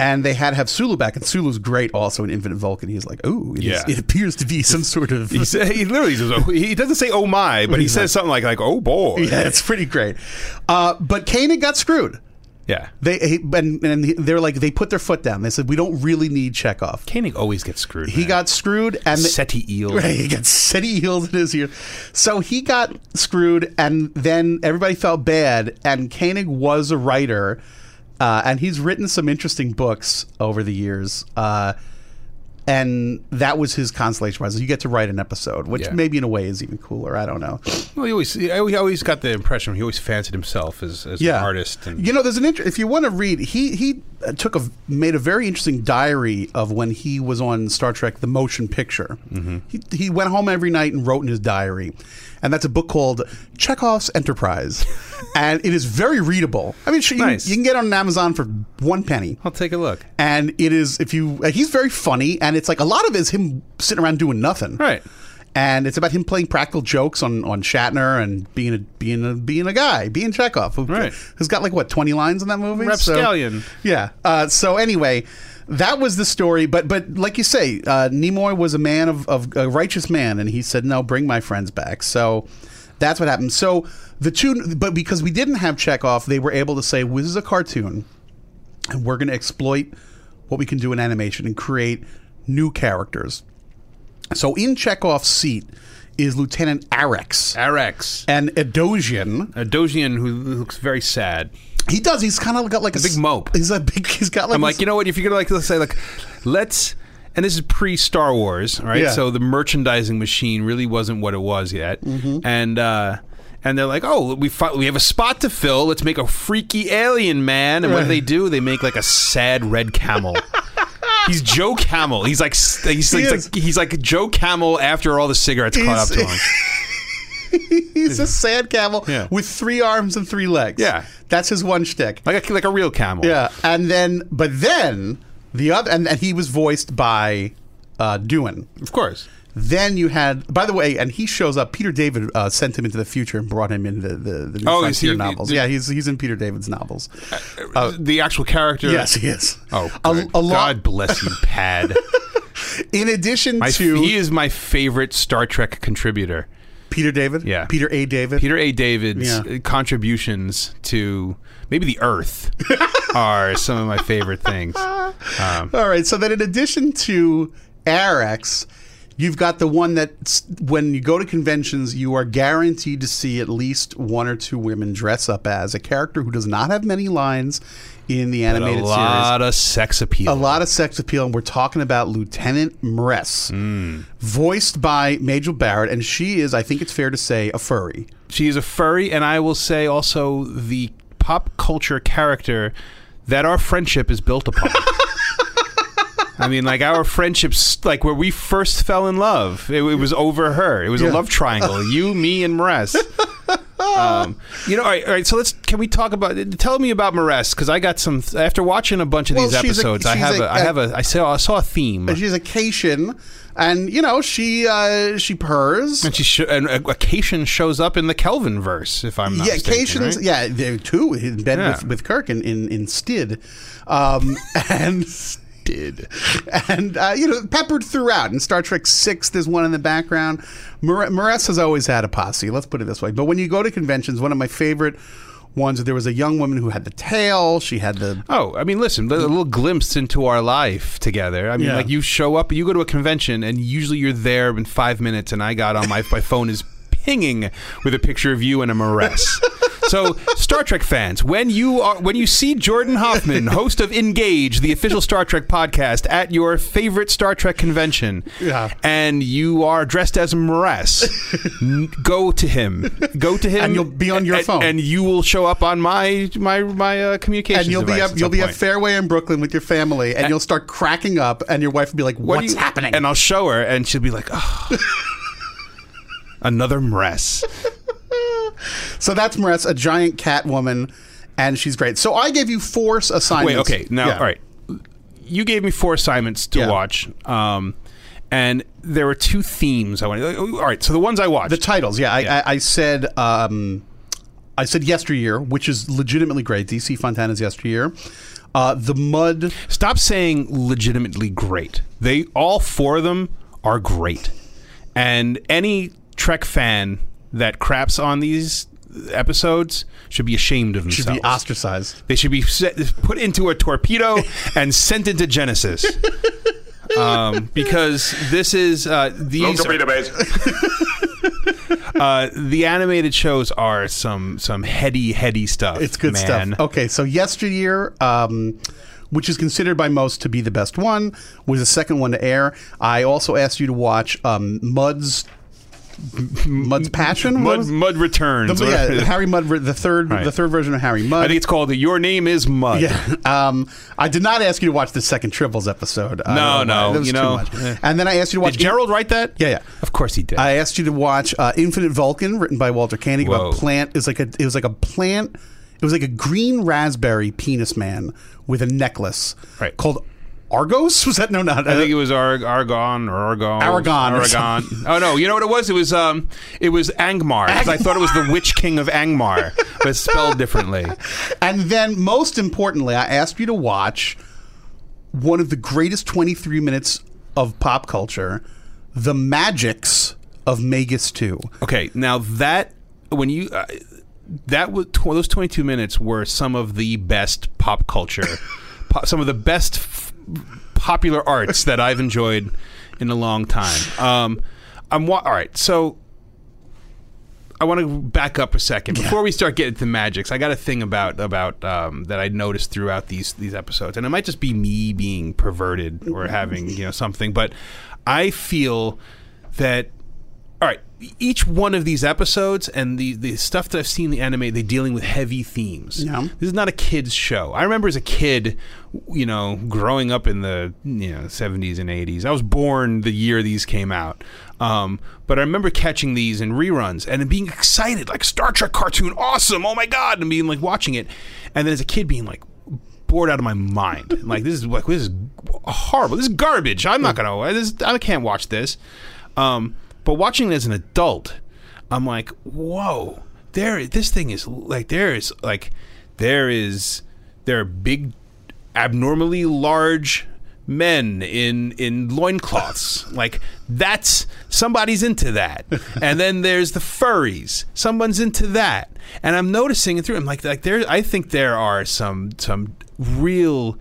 And they had to have Sulu back, and Sulu's great also in Infinite Vulcan. He's like, ooh, it, is- Yeah. it appears to be some sort of. he, sa- he literally says, oh, he doesn't say "oh my," but he He's says something like like "oh boy." yeah, it's pretty great. Uh, but Kanan got screwed. yeah. They he- and, and he- they're like they put their foot down. They said we don't really need Chekhov. Koenig always gets screwed. He man. got screwed and Seti eel. Right, he got SETI heels in his ear. So he got screwed, and then everybody felt bad. And Koenig was a writer, uh, and he's written some interesting books over the years. Uh, and that was his consolation prize. You get to write an episode, which Yeah. maybe in a way is even cooler. I don't know. Well, he always, he always- he always got the impression he always fancied himself as, as an artist. And, you know, there's an inter- if you want to read, he he uh, took a made a very interesting diary of when he was on Star Trek: The Motion Picture. Mm-hmm. He, he went home every night and wrote in his diary, and that's a book called Chekhov's Enterprise, and it is very readable. I mean, sure, you, Nice. can, you can get it on Amazon for one penny. I'll take a look. And it is if you uh, he's very funny, and it's like a lot of it is him sitting around doing nothing, Right. And it's about him playing practical jokes on, on Shatner and being a being a being a guy, being Chekhov, who, Right. who's got like what twenty lines in that movie. So- Rapscallion. yeah. Uh, so anyway, that was the story. But but like you say, uh, Nimoy was a man of, of a righteous man, and he said, "No, bring my friends back." So that's what happened. So the two, but because we didn't have Chekhov, they were able to say, well, "This is a cartoon, and we're going to exploit what we can do in animation and create new characters." So in Chekhov's seat is Lieutenant Arex, Arax, an Edosian. a Dojian who looks very sad. He does. He's kind of got like a, big s- mope. He's a big. He's got like. I'm a like, s- you know what? If you're gonna like, let's say like, let's. And this is pre Star Wars, right? Yeah. So the merchandising machine really wasn't what it was yet. Mm-hmm. And uh, and they're like, oh, we fi- we have a spot to fill. Let's make a freaky alien man. And what do they do? They make like a sad red camel. He's Joe Camel. He's like s- he's, He he's is. like he's like Joe Camel after all the cigarettes caught up He's- to him. He's a sad camel Yeah. with three arms and three legs. Yeah. That's his one shtick. Like a, like a real camel. Yeah. And then, but then the other, and, and he was voiced by uh, Doohan. of course. Then you had, by the way, and he shows up. Peter David uh, sent him into the future and brought him into the, the, the New Oh, is Frontier he- novels. did- yeah, he's he's in Peter David's novels. the actual character. Uh, Yes, he is. Oh, a, good. a lot. God bless you, Pad. In addition My, to he is my favorite Star Trek contributor. Peter David, Yeah. Peter A. David, Peter A. David's Yeah. uh, contributions to maybe the Earth are some of my favorite things. Um, All right. So then, in addition to Arax, you've got the one that s- when you go to conventions, you are guaranteed to see at least one or two women dress up as a character who does not have many lines in the a animated series. lot of sex A appeal. lot of sex appeal, and we're talking about Lieutenant Mress, Hmm. voiced by Majel Barrett, and she is, I think it's fair to say, a furry. She is a furry, and I will say also the pop culture character that our friendship is built upon. I mean, like our friendships, like where we first fell in love, it, it was over her. It was a love triangle: you, me, and Mares. Um, you know, all right, all right. So let's can we talk about? Tell me about Mares because I got some after watching a bunch of Well, these she's a- episodes. I she's have a- a, I have a, I saw, I saw a theme, And she's a Cation, and you know she uh, she purrs. and she sho- and a, a Cation shows up in the Kelvin verse, if I'm not yeah, mistaken, Cation's right? yeah, there are two in bed Yeah. with, with Kirk in in, in Stid, um, and Stid, and uh, you know peppered throughout. In Star Trek Six, there's one in the background. Mar- Mares has always had a posse. Let's put it this way. But when you go to conventions, one of my favorite ones there was a young woman who had the tail. She had the Oh, I mean, listen, a little glimpse into our life together. I mean, Yeah. like you show up, you go to a convention, and usually you're there in five minutes, and I got on my my phone is pinging with a picture of you and a morass. so, Star Trek fans, when you are when you see Jordan Hoffman, host of Engage, the official Star Trek podcast, at your favorite Star Trek convention, Yeah. and you are dressed as a morass, n- go to him. Go to him, And you'll be on your and- phone. and you will show up on my my my uh, communication. and you'll be at, you'll be at Fairway in Brooklyn with your family, and, you'll start cracking up, and your wife will be like, "What's happening?" And I'll show her, and she'll be like, oh, another mess. so that's Maress, a giant cat woman, and she's great. So I gave you four s- Wait, assignments. okay, now Yeah. all right. You gave me four assignments to Yeah. watch, um, and there were two themes I wanted. All right, so the ones I watched. The titles, yeah. I, Yeah. I, I said, um, I said yesteryear, which is legitimately great. DC Fontana's yesteryear. Uh, the mud. Stop saying legitimately great. They all four of them are great, and any Trek fan that craps on these episodes should be ashamed of Should themselves. be ostracized. They should be set, put into a torpedo and sent into Genesis. Um, because this is uh, these Local database. uh, the animated shows are some some heady heady stuff. It's good man. stuff. Okay, so yesteryear, um, which is considered by most to be the best one, was the second one to air. I also asked you to watch um, Mud's Mud's Passion. What Mud was- Mud returns. the, yeah, Harry Mudd, the third, Right. the third version of Harry Mudd. I think it's called Your Name Is Mud. Yeah. Um, I did not ask you to watch the second Tribbles episode. I No, don't know why. no, That was you too know, much. eh. And then I asked you to watch. Did Gerald write that? Yeah, yeah. Of course he did. I asked you to watch uh, Infinite Vulcan, written by Walter Koenig, Whoa. about plant. It was like a. It was like a plant. It was like a green raspberry penis man with a necklace. Right. Called Argos. Was that no? Not. I think it was Ar- Argon or Argon. Aragon uh, or Aragon. Oh no, you know what it was? It was um, it was Angmar. 'cause I thought it was the Witch King of Angmar, but spelled differently. And then, most importantly, I asked you to watch one of the greatest 23 minutes of pop culture, The Magics of Magus 2. Okay, now that when you uh, that was tw- those twenty two minutes were some of the best pop culture, po- some of the best f- popular arts that I've enjoyed in a long time. Um, I'm wa- all right, so. I want to back up a second before we start getting to magics. I got a thing about about um, that I noticed throughout these these episodes, and it might just be me being perverted or having you know something, but I feel that all right each one of these episodes and the, the stuff that i've seen in the anime they're dealing with heavy themes Yeah. this is not a kids show i remember as a kid you know growing up in the you know 70s and 80s i was born the year these came out um, but i remember catching these in reruns and then being excited like star trek cartoon awesome oh my god and being like watching it and then as a kid being like bored out of my mind. Like this is like this is horrible. This is garbage. I'm not gonna. This, I can't watch this. Um, but watching it as an adult, I'm like, whoa. There, this thing is like there is like there is there are big, abnormally large men in in loincloths. like that's somebody's into that. and then there's the furries. Someone's into that. And I'm noticing it through. I'm like like there I think there are some some real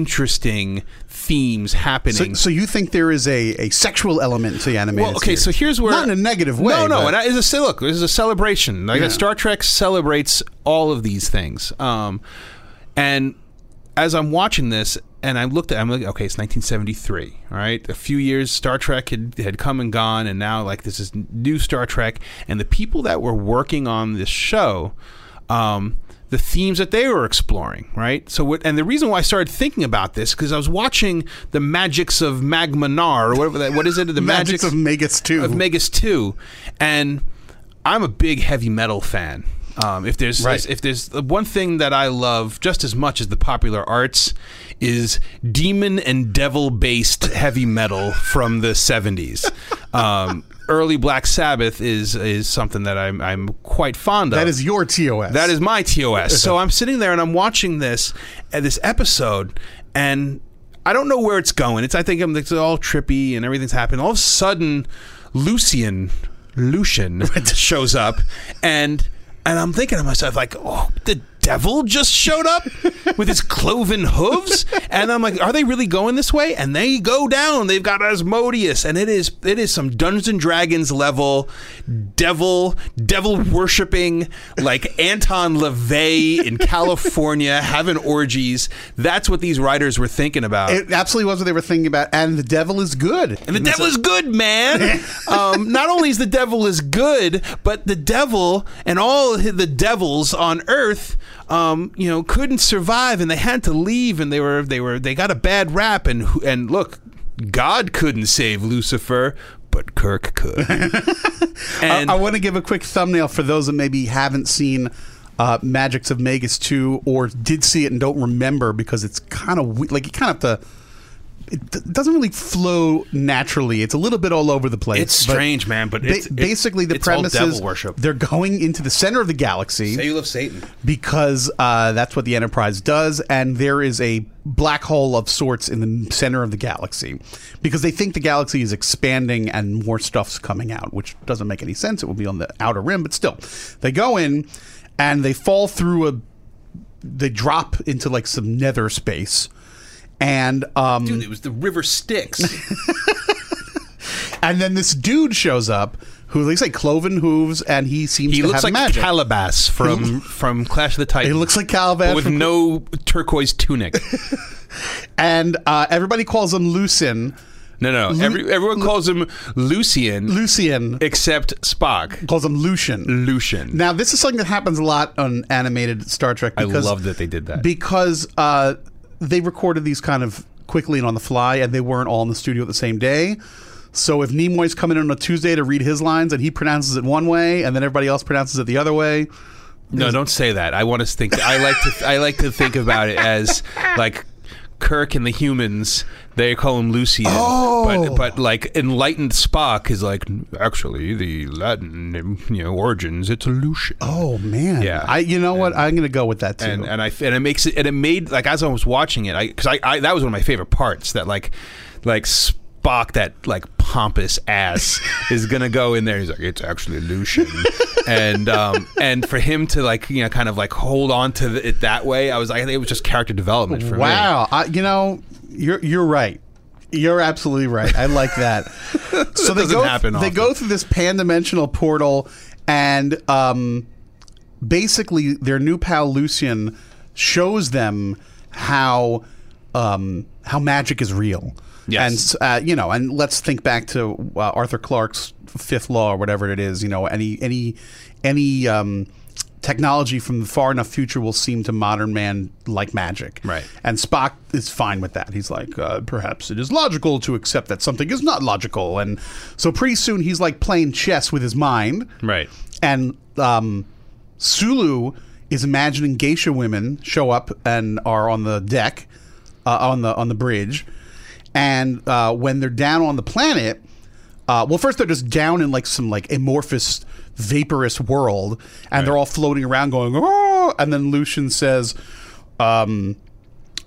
interesting themes So, happening. so you think there is a, a sexual element to the animated well, okay, series. so here's where Not in a negative way. No, no, but- and I, it's a look. This is a celebration. Like Yeah. Star Trek celebrates all of these things. Um, and as I'm watching this, and I looked at, I'm like, okay, it's 1973. All right, a few years Star Trek had had come and gone, and now like this is new Star Trek, and the people that were working on this show. Um, the themes that they were exploring, right? So, what, and the reason why I started thinking about this because I was watching the magics of Magmanar or whatever that. What is it? The Magics of Magus 2. of Megas Two, and I'm a big heavy metal fan. Um, if there's Right. if there's the one thing that I love just as much as the popular arts is demon and devil based heavy metal from the 70s. Um, early Black Sabbath is is something that I'm I'm quite fond of. that is your TOS. That is my TOS. so I'm sitting there and I'm watching this uh, this episode, and I don't know where it's going. It's I think I'm, it's all trippy and everything's happening. All of a sudden, Lucian Lucian shows up, and and I'm thinking to myself like, oh, the devil just showed up with his cloven hooves, and I'm like, are they really going this way? And they go down. They've got Asmodeus, and it is it is some Dungeons and Dragons level devil devil worshipping like Anton LaVey in California having orgies. That's what these writers were thinking about. It absolutely was what they were thinking about. And the devil is good. And the devil is good, man. um, not only is the devil is good, but the devil and all the devils on earth, um, you know, couldn't survive, and they had to leave, and they were they were they got a bad rap, and who- and look, God couldn't save Lucifer. But Kirk could. and I, want to give a quick thumbnail for those that maybe haven't seen uh, Magics of Magus 2 or did see it and don't remember because it's kind of we- like you kind of have to. It d- doesn't really flow naturally. It's a little bit all over the place. It's but strange, man, but it's- it- basically, the it's all premise devil is worship. they're going into the center of the galaxy of Satan. because uh, that's what the Enterprise does, and there is a black hole of sorts in the center of the galaxy because they think the galaxy is expanding and more stuff's coming out, which doesn't make any sense. It will be on the outer rim, but still, they go in and they fall through a. They drop into like some nether space, and um, Dude, it was the River Styx. and then this dude shows up who looks like cloven hooves, and he seems he to looks have like magic. Calabas from from Clash of the Titans. he looks like Calvin but with no turquoise tunic. and uh, everybody calls him Lucin. No, no. Lu- Every, everyone calls him Lucian, Lucian except Spock. calls him Lucian. Lucian. Now, this is something that happens a lot on animated Star Trek. I Because, love that they did that. because uh, they recorded these kind of quickly and on the fly, and they weren't all in the studio at the same day. So if Nimoy's coming in on a Tuesday to read his lines, and he pronounces it one way, and then everybody else pronounces it the other way, no, don't say that. I want to think. I like to. I like to think about it as like. Kirk and the humans, they call him Lucian. Oh. But, but like enlightened Spock is like, actually, the Latin you know, origins, it's a Lucian. oh man, Yeah. I you know what? I'm gonna go with that too. and and I and it makes it and it made like as I was watching it, I because I, I that was one of my favorite parts that like like Spock that like pompous ass is gonna go in there. He's like, it's actually Lucian, and um and for him to like you know kind of like hold on to the, it that way, I was like, I think it was just character development for me. Wow, I, you know, you're you're right. You're absolutely right. I like that. so they doesn't go happen they often. go through this pan-dimensional portal, and um, basically their new pal Lucian shows them how um, how magic is real. Yes. And uh, you know, and let's think back to uh, Arthur Clarke's Fifth Law or whatever it is. You know, any any any um, technology from the far enough future will seem to modern man like magic. Right. And Spock is fine with that. He's like, uh, perhaps it is logical to accept that something is not logical. And so pretty soon he's like playing chess with his mind. Right. And um, Sulu is imagining geisha women show up and are on the deck, uh, on the on the bridge, and uh, when they're down on the planet, uh, well, first they're just down in like some like amorphous, vaporous world, and they're all floating around going, oh, and then Lucian says. Um,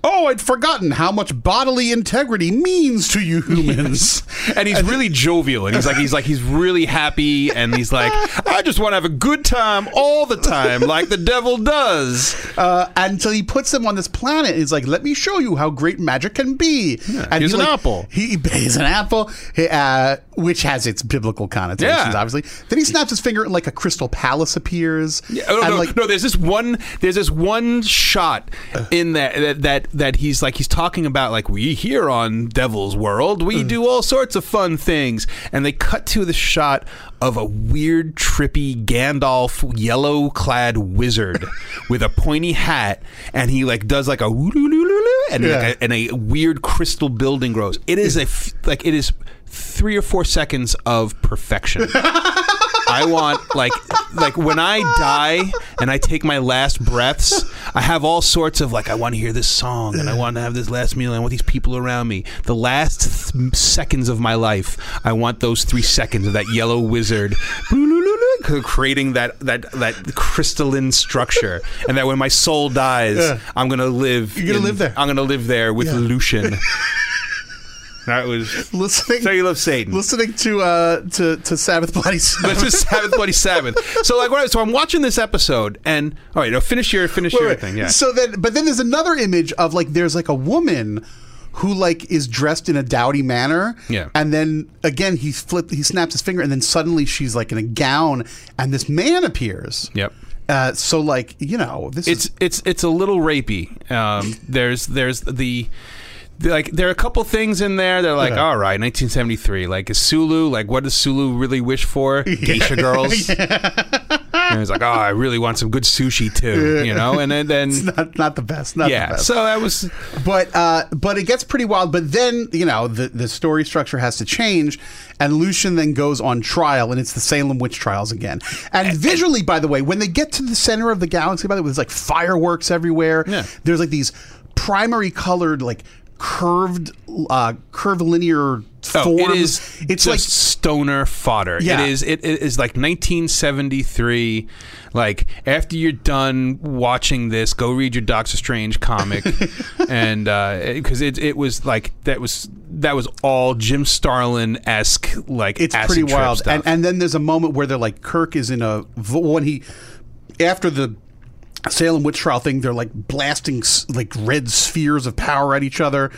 Oh, I'd forgotten how much bodily integrity means to you humans. And he's really jovial, and he's like, he's like, he's really happy, and he's like, I just want to have a good time all the time, like the devil does. uh, until he puts them on this planet. and He's like, "Let me show you how great magic can be." and here's he, an like- apple. He he pays an apple, he, uh, which has its biblical connotations, Yeah. obviously. Then he snaps his finger, and like a crystal palace appears. Yeah, oh, no, and, no, like, Uh. no, there's this one. There's this one shot in that that that, that he's like he's talking about like we here on Devil's World we Mm. do all sorts of fun things, and they cut to the shot of a weird, trippy Gandalf yellow clad wizard with a pointy hat, and he like does like a woo-loo-loo-loo-loo, and Yeah. like a, and a weird crystal building grows. It is a f- like it is three or four seconds of perfection. I want like like when I die and I take my last breaths, I have all sorts of like I want to hear this song and I want to have this last meal and I want these people around me. The last th- seconds of my life, I want those three seconds of that yellow wizard creating that that that crystalline structure, and that when my soul dies, I'm gonna live. You're gonna live there. I'm gonna live there with Lucian. That was listening. So you love Satan. Listening to uh to to Sabbath Bloody Sabbath. This is Sabbath Bloody Sabbath. So like, what I- so I'm watching this episode, and all right, now finish your finish Wait, your wait. thing. Yeah. So then, but then there's another image of like there's like a woman who like is dressed in a dowdy manner. Yeah. And then again, he flipped, he snaps his finger, and then suddenly she's like in a gown, and this man appears. Yep. Uh, so like you know this it's is it's it's a little rapey. Um, there's there's the. the- Like there are a couple things in there. They're like, all right, 1973. Like is Sulu. Like what does Sulu really wish for? Geisha girls. And he's like, oh, I really want some good sushi too. You know. And then, then not, not the best. Not the yeah. best. So that was but uh, but it gets pretty wild. But then you know the the story structure has to change, and Lucian then goes on trial, and it's the Salem witch trials again. And, visually, by the way, when they get to the center of the galaxy, by the way, there's like fireworks everywhere. Yeah. There's like these primary colored like curved uh, curvilinear Oh, forms. It is it's just like stoner fodder. Yeah. It is it, it is like 1973. Like after you're done watching this, go read your Doctor Strange comic, and because it, it was like that was that was all Jim Starlin esque like it's acid pretty trip wild. stuff. And and then there's a moment where they're like Kirk is in a vo- when he after the Salem witch trial thing, they're like blasting s- like red spheres of power at each other,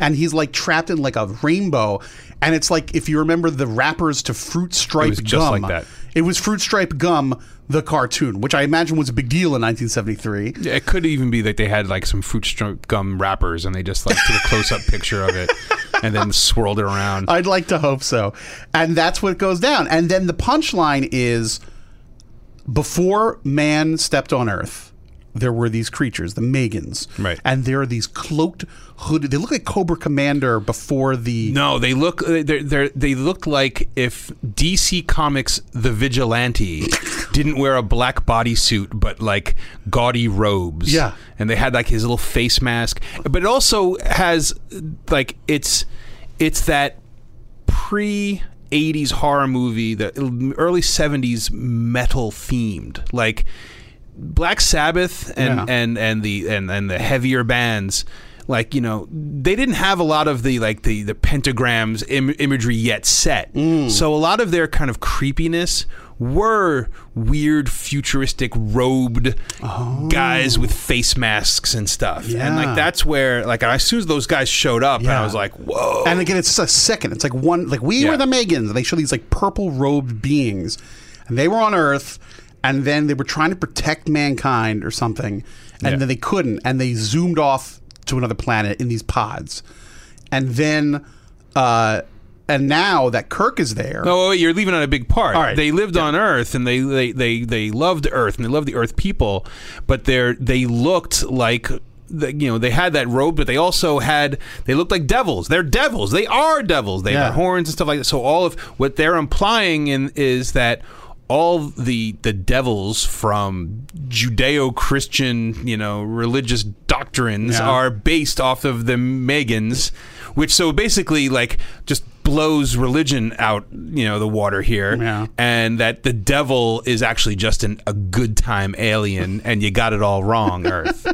and he's like trapped in like a rainbow, and it's like if you remember the wrappers to Fruit Stripe just gum, like that. it was Fruit Stripe gum, the cartoon, which I imagine was a big deal in 1973. Yeah, it could even be that they had like some fruit str- gum wrappers, and they just like took a close up picture of it, and then swirled it around. I'd like to hope so. And that's what goes down. And then the punchline is before man stepped on Earth, there were these creatures, the Megans. Right. And there are these cloaked, hooded. They look like Cobra Commander before the. No, they look they they they look like if DC Comics the Vigilante didn't wear a black bodysuit but like gaudy robes. Yeah. And they had like his little face mask, but it also has like it's it's that pre 80s horror movie, the early 70s metal themed. Like Black Sabbath and Yeah. and and the and and the heavier bands like you know they didn't have a lot of the like the the pentagrams Im- imagery yet set Mm. so a lot of their kind of creepiness were weird futuristic robed guys with face masks and stuff and Oh. Yeah. like that's where like as soon as those guys showed up and Yeah. i was like whoa And again, it's just a second. It's like one. Like we Yeah. were the Megans. And they show these like purple robed beings. And they were on Earth. And then they were trying to protect mankind or something. And Yeah. then they couldn't. And they zoomed off to another planet in these pods. And then. uh and now that Kirk is there, No, wait, you're leaving out a big part. All right. They lived on Earth and they, they, they, they loved Earth and they loved the Earth people, but they are they looked like the, you know they had that robe, but they also had they looked like devils. They're devils. They are devils. They Yeah. have horns and stuff like that. So all of what they're implying in is that all the the devils from Judeo-Christian you know religious doctrines Yeah. are based off of the Megans, which so basically like just blows religion out, you know, the water here, Yeah. and that the devil is actually just an, a good time alien, and you got it all wrong, Earth.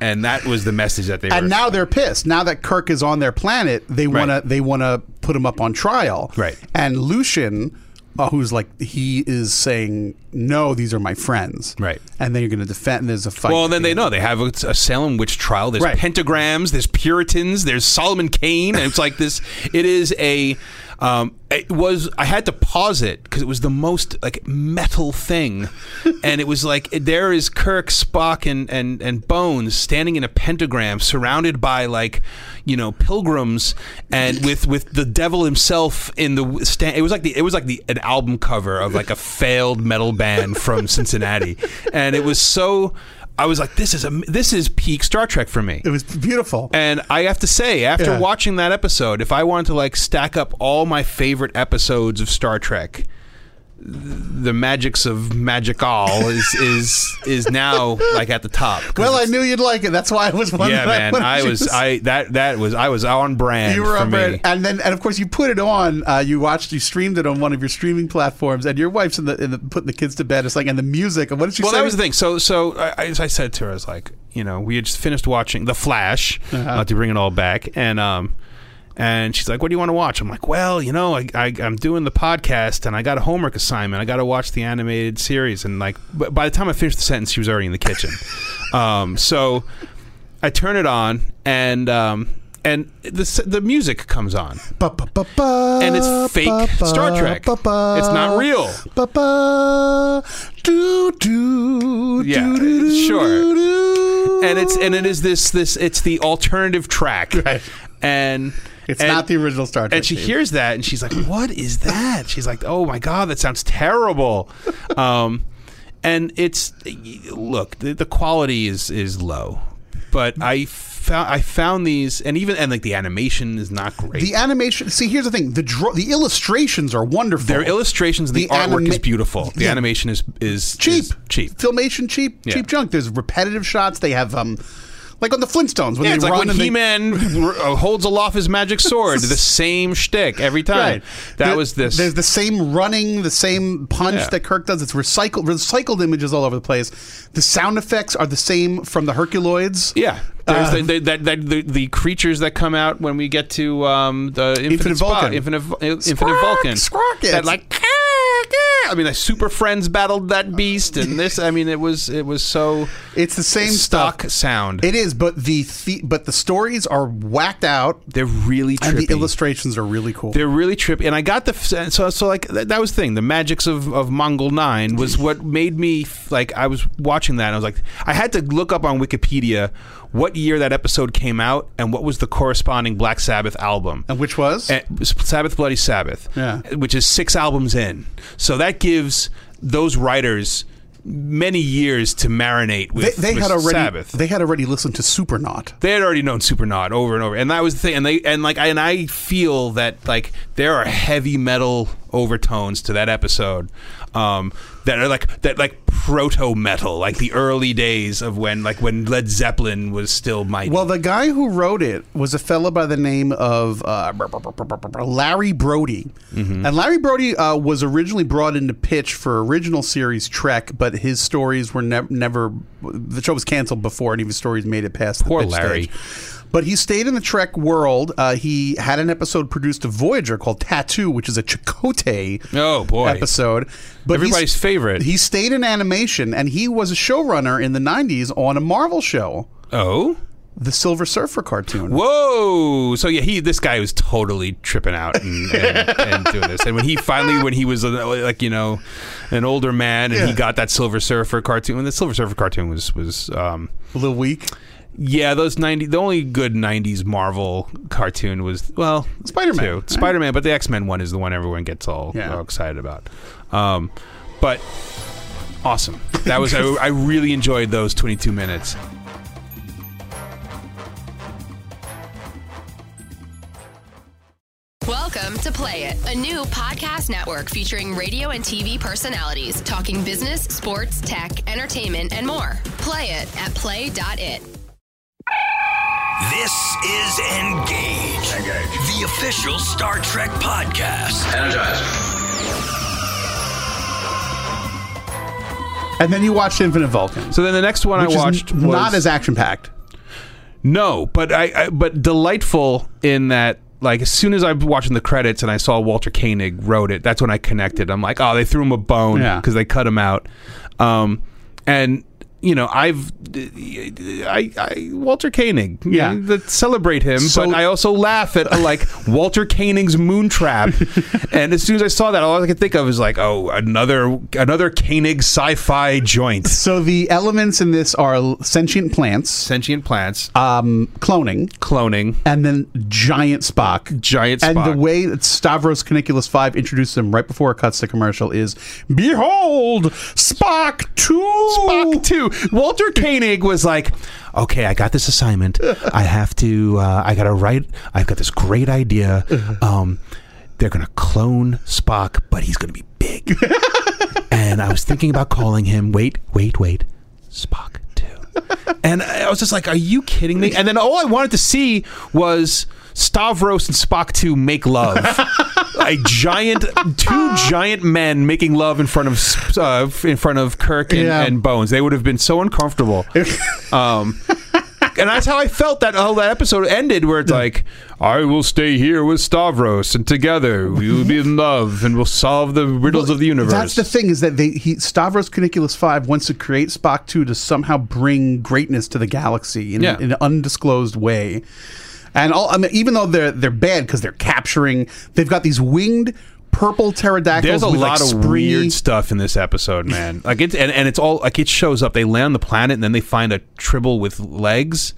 and that was the message that they and were. now they're pissed. Now that Kirk is on their planet, they wanna they wanna put him up on trial. Right. And Lucian, uh, who's like he is saying, "No, these are my friends." Right. And then you're gonna defend. And there's a fight. well, then they know they have a, a Salem witch trial. There's Right. pentagrams. There's Puritans. There's Solomon Kane. And it's like this. It is a. Um, it was. I had to pause it because it was the most like metal thing, and it was like there is Kirk, Spock, and and and Bones standing in a pentagram, surrounded by like, you know, pilgrims, and with with the devil himself in the stand. It was like the it was like the an album cover of like a failed metal band from Cincinnati, and it was so. I was like, this is a this is peak Star Trek for me. It was beautiful. And I have to say, after Yeah. watching that episode, if I wanted to like stack up all my favorite episodes of Star Trek, the magics of magic all is is is now like at the top. 'Cause well, I it's- knew you'd like it. That's why I was wondering. yeah, man, when I you was I that that was I was on brand. You were for up me. there, and then and of course you put it on. Uh, you watched, you streamed it on one of your streaming platforms, and your wife's in the, in the putting the kids to bed. It's like and the music. And what did she well, say? that was the thing. So, so I, I, I said to her, I was like, you know, we had just finished watching The Flash, not to bring it all back, and um, And she's like, "What do you want to watch?" I'm like, "Well, you know, I, I I'm doing the podcast, and I got a homework assignment. I got to watch the animated series." And like, b- by the time I finished the sentence, she was already in the kitchen. um, so I turn it on, and um, and the s- the music comes on, and it's fake Star Trek. It's not real. Do do. Yeah, sure. And it's and it is this this it's the alternative track, Right. and It's and- not the original Star Trek. And she theme. hears that and she's like, "What is that?" She's like, "Oh my god, that sounds terrible." Um, and it's look, the, the quality is is low, but I found I found these, and even and like the animation is not great. The animation. See, here's the thing: the draw, the illustrations are wonderful. Their illustrations and the, artwork anima- is beautiful. The Yeah. animation is is cheap, is cheap. filmation, cheap, Yeah. cheap junk. There's repetitive shots. They have um, like on the Flintstones when Yeah, they it's run like when and they- He Man uh, holds aloft his magic sword, the same shtick every time. Right. That There- was this. There's the same running, the same punch Yeah. that Kirk does. It's recycled, recycled images all over the place. The sound effects are the same from the Herculoids. yeah, there's Uh, the, the, that, that, the, the creatures that come out when we get to um, the Infinite, Infinite Spa- Vulcan. Infinite, Vu- Infinite Squawk, Vulcan. squawk it. That like, I mean, the Super Friends battled that beast, and this. I mean, it was it was so It's the same stock stuff. sound. It is, but the, the but the stories are whacked out, They're really trippy. and the illustrations are really cool. They're really trippy, and I got the f- so so like that, that was the thing. The magics of of Mongol Nine was what made me f- like I was watching that. and I was like, I had to look up on Wikipedia what year that episode came out and what was the corresponding Black Sabbath album. and which was Eh, Sabbath Bloody Sabbath, Yeah. which is six albums in. So that gives those writers many years to marinate they, with, they with had already Sabbath they had already listened to Supernaut. they had already known Supernaut over and over, and that was the thing. And they and like and I feel that like there are heavy metal overtones to that episode um, that are like that like proto metal, like the early days of when like when Led Zeppelin was still mighty. Well, the guy who wrote it was a fella by the name of uh, Larry Brody, Mm-hmm. and Larry Brody uh, was originally brought in to pitch for original series Trek, but his stories were nev- never. The show was canceled before any of his stories made it past. Poor the pitch Larry. Stage. But he stayed in the Trek world. Uh, he had an episode produced of Voyager called Tattoo, which is a Chakotay Oh, boy. episode. But he's- Everybody's favorite. He stayed in animation, and he was a showrunner in the '90s on a Marvel show oh. the Silver Surfer cartoon. Whoa! So yeah, he this guy was totally tripping out and, and, and doing this. And when he finally, when he was uh, like you know, an older man, and he Yeah. got that Silver Surfer cartoon. And the Silver Surfer cartoon was was um, A little weak. Yeah, those ninety. The only good '90s Marvel cartoon was well, Spider-Man, two. right? Spider-Man, but the X-Men one is the one everyone gets all, Yeah. all excited about. Um, but awesome. That was I, I really enjoyed those 22 minutes. Welcome to Play It, a new podcast network featuring radio and TV personalities talking business, sports, tech, entertainment, and more. Play it at play.it. This is Engage. Engage. The official Star Trek podcast. Energize. And then you watched Infinite Vulcan. So then the next one which I is watched n- was not as action packed. no, but I, I but delightful in that. Like as soon as I'm watching the credits and I saw Walter Koenig wrote it, that's when I connected. I'm like, oh, they threw him a bone Yeah. because they cut him out. Um, and you know, I've I, I Walter Koenig. you Yeah. know, that celebrate him. So- but I also laugh at like Walter Koenig's Moontrap. and as soon as I saw that, all I could think of is like, oh, another another Koenig sci-fi joint. So the elements in this are l- sentient plants, Sentient plants, um, cloning, cloning, and then giant Spock. giant. and the Spock. way that Stavros Caniculus 5 introduces him right before it cuts to commercial is Behold, Spock 2! Spock too. Walter Koenig was like, "Okay, I got this assignment. I have to. Uh, I got to write. I've got this great idea. Um, they're gonna clone Spock, but he's gonna be big. and I was thinking about calling him. Wait, wait, wait. Spock too. And I was just like, "Are you kidding me?" And then all I wanted to see was Stavros and Spock two make love. A giant, two giant men making love in front of uh, in front of Kirk and, Yeah. and Bones. They would have been so uncomfortable. Um, and that's how I felt that how that episode ended, where it's like, I will stay here with Stavros, and together we will be in love, and we'll solve the riddles Well, of the universe. That's the thing is that they he, Stavros Caniculus Five wants to create Spock Two to somehow bring greatness to the galaxy in, Yeah. in an undisclosed way. And all, I mean, even though they're they're bad because they're capturing, they've got these winged purple pterodactyls. There's a with, lot like, of springy- weird stuff in this episode, man. Like it's and, and it's all like it shows up. They land the planet and then they find a tribble with legs,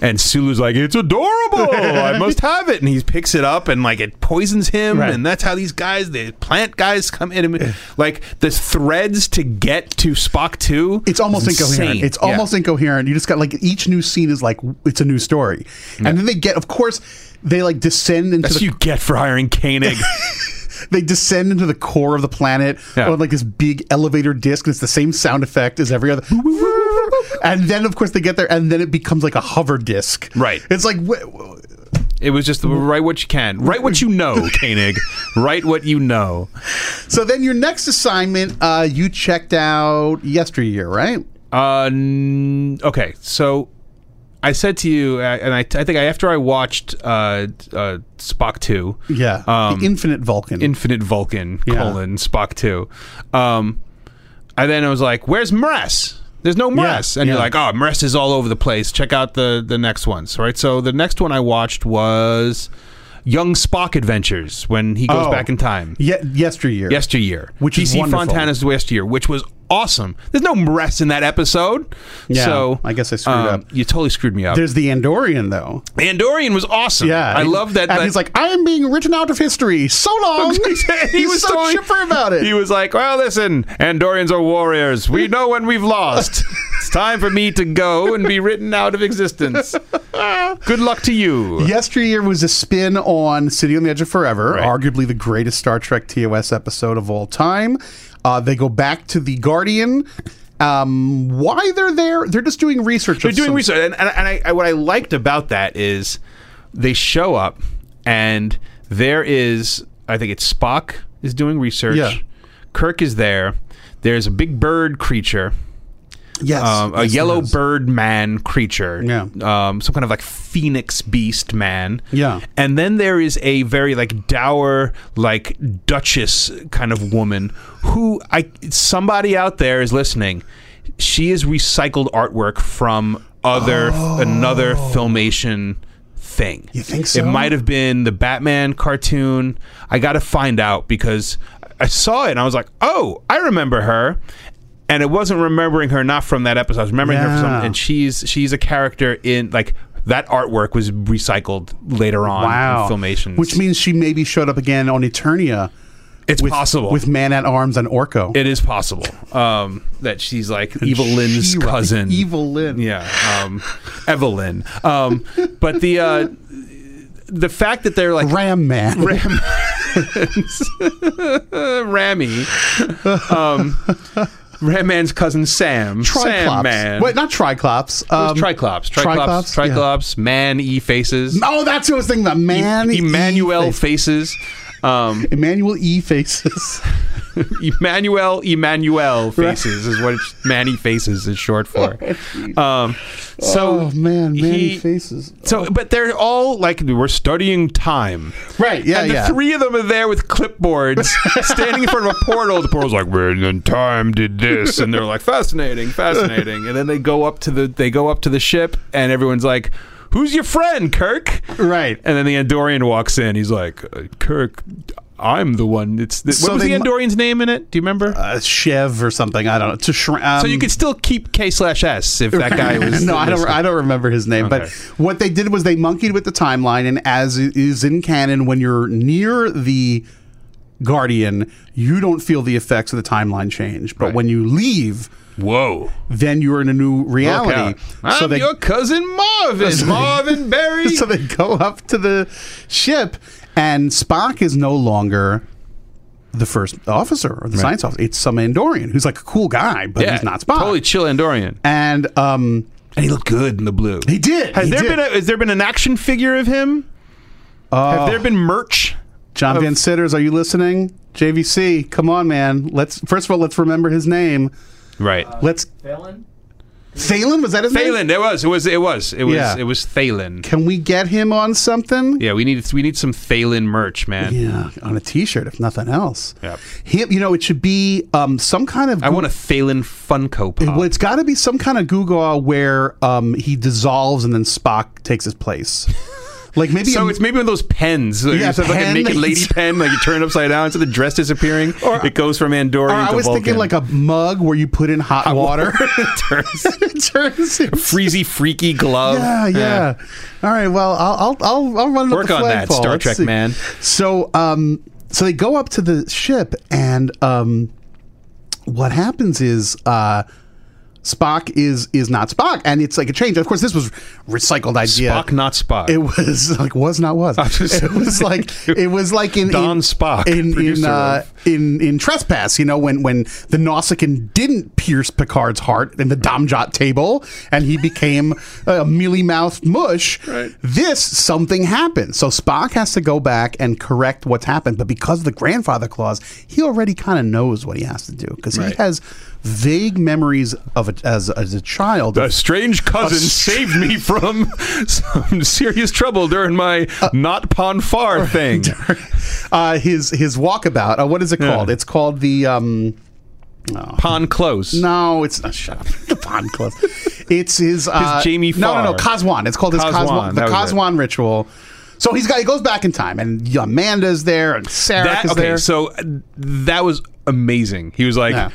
and Sulu's like, "It's adorable! I must have it!" And he picks it up and like it poisons him, Right. and that's how these guys, the plant guys, come in. And, like the threads to get to Spock two. It's almost is incoherent. insane. It's Yeah. almost incoherent. You just got like each new scene is like it's a new story, and then they get, of course, they like descend into That's the what you get for hiring Koenig. they descend into the core of the planet Yeah. on like this big elevator disc, and it's the same sound effect as every other. And then, of course, they get there, and then it becomes like a hover disc. Right. It's like wh- wh- it was just write what you can, write what you know, Koenig, write what you know. so. Then your next assignment, uh, you checked out yesteryear, right? Uh, n- okay. So I said to you, uh, and I, I think I, after I watched uh, uh, Spock two, Yeah. um, the Infinite Vulcan. Infinite Vulcan Yeah. colon Spock two, um, I then I was like, "Where's Mress? There's no Mress," and you're yeah. like, "Oh, Mress is all over the place. Check out the the next ones, right?" So the next one I watched was Young Spock Adventures when he goes Oh. back in time Ye- yesteryear. yesteryear, Which is DC wonderful. Fontana's yesteryear, which was awesome. There's no rest in that episode. Yeah, so um, I guess I screwed up. You totally screwed me up. There's the Andorian though. Andorian was awesome. Yeah, I love that. And that- he's like, I am being written out of history. So long. he he's was so telling- chipper about it. He was like, "Well, listen, Andorians are warriors. We know when we've lost. it's time for me to go and be written out of existence. Good luck to you." Yesteryear was a spin on City on the Edge of Forever, Right. arguably the greatest Star Trek TOS episode of all time. Uh, they go back to the Guardian. Um, why they're there? They're just doing research. They're of doing some- research, and, and, and I, I, what I liked about that is they show up, and there is I think it's Spock is doing research. Yeah. Kirk is there. There's a big bird creature, Yes, um, a yes, yellow there is. bird man creature. Yeah. um, some kind of like phoenix beast man. Yeah. and then there is a very like dour, like duchess kind of woman who I somebody out there is listening. She is recycled artwork from other another filmation thing. You Oh. think It so? might have been the Batman cartoon. I got to find out because I saw it and I was like, "Oh, I remember her." And it wasn't remembering her not from that episode. I was remembering her from Yeah. something and she's she's a character in like that artwork was recycled later on wow in filmations. which means she maybe showed up again on Eternia. it's with, possible. with Man at Arms and Orko. it is possible um, that she's like Evil Lynn's She-Ra. cousin. Evil Lynn. yeah, um, Evelyn. Um, but the uh, the fact that they're like Ram Man. Ram- Rammy, um, Ram Man's cousin Sam, Sam Triclops. Man, Wait, not Triclops. Um, Triclops, Triclops, Triclops, yeah. Triclops, Man E faces, Oh, that's who I was thinking about. Man. E- Emmanuel E face. faces. Um, Emmanuel E faces. Emmanuel Emmanuel faces is what it's- Manny faces is short for. Um, so oh man, man, he- he, faces. So, but they're all like we're studying time. Right, yeah, and yeah. The three of them are there with clipboards, standing in front of a portal. The portal's like, "When in time did this?" And they're like, "Fascinating, fascinating." And then they go up to the they go up to the ship, and everyone's like. Who's your friend, Kirk? Right. And then the Andorian walks in. He's like, "Uh, Kirk, I'm the one. It's the, So what was they the mu- Andorian's name in it? Do you remember? Uh, Chev or something. I don't know. To shri- um, So you could still keep K slash S if that guy was. no, I don't. I don't remember his name. But Okay. what they did was they monkeyed with the timeline, and as i- is in canon, when you're near the Guardian, you don't feel the effects of the timeline change. But Right. when you leave, Whoa! then you're in a new reality. I'm so they your cousin Marvin, Marvin Barry. so they go up to the ship, and Spock is no longer the first officer or the science officer. It's some Andorian who's like a cool guy, but he's not Spock. Totally chill Andorian, and um, and he looked good in the blue. he did. Has he there did. been a, has there been an action figure of him? Have Oh. there been merch? John Van Sitters? Are you listening? JVC, come on, man. Let's first of all let's remember his name. Right. Let's Felon? Thalen was that his name? Thalen, there was. It was. It was. It was. Yeah. It was Thalen. Can we get him on something? Yeah, we need we need some Thalen merch, man. Yeah, on a T-shirt, if nothing else. Yep. Him, you know, it should be um, some kind of. I want a Thalen Funko Pop. Well, it's got to be some kind of Google where um, he dissolves and then Spock takes his place. Like maybe so a- it's maybe one of those pens. Like Yeah, it's like a pen naked that lady you- pen. Like you turn it upside down, so the dress disappearing. Or- it goes from or Andorian I to was Vulcan. thinking like a mug where you put in hot, water. turns, it turns. into- freezy freaky glove. Yeah, yeah. All right. Well, I'll I'll I'll, I'll run it up Work the on that, flagpole. Star Let's Trek see. man. So um, so they go up to the ship, and um, what happens is uh, Spock is is not Spock, and it's like a change. Of course, this was recycled idea. Spock, not Spock. It was like was not was. just- It was like it was like in in, Don Spock, in in, producer uh, in in trespass. You know when when the Nausicaan didn't pierce Picard's heart in the Domjot table, and he became a mealy mouthed mush. Right. This something happened, so Spock has to go back and correct what's happened. But because of the grandfather clause, he already kind of knows what he has to do because he Right. has vague memories of a, as as a child. A strange cousin A str- saved me from some serious trouble during my not pon far thing. uh, his his walkabout. Uh, what is it Yeah. called? It's called the. Um, Pon close. no, it's not. Shut up. The Bond Club. It's his. Uh, Jamie No, no, no. Farr. Kazwan. It's called his Kazwan, Kazwan. The that was it. Kazwan ritual. So he's got. He goes back in time, and Amanda's there, and Sarah That, is okay, there. so uh, that was amazing. He was like, Yeah.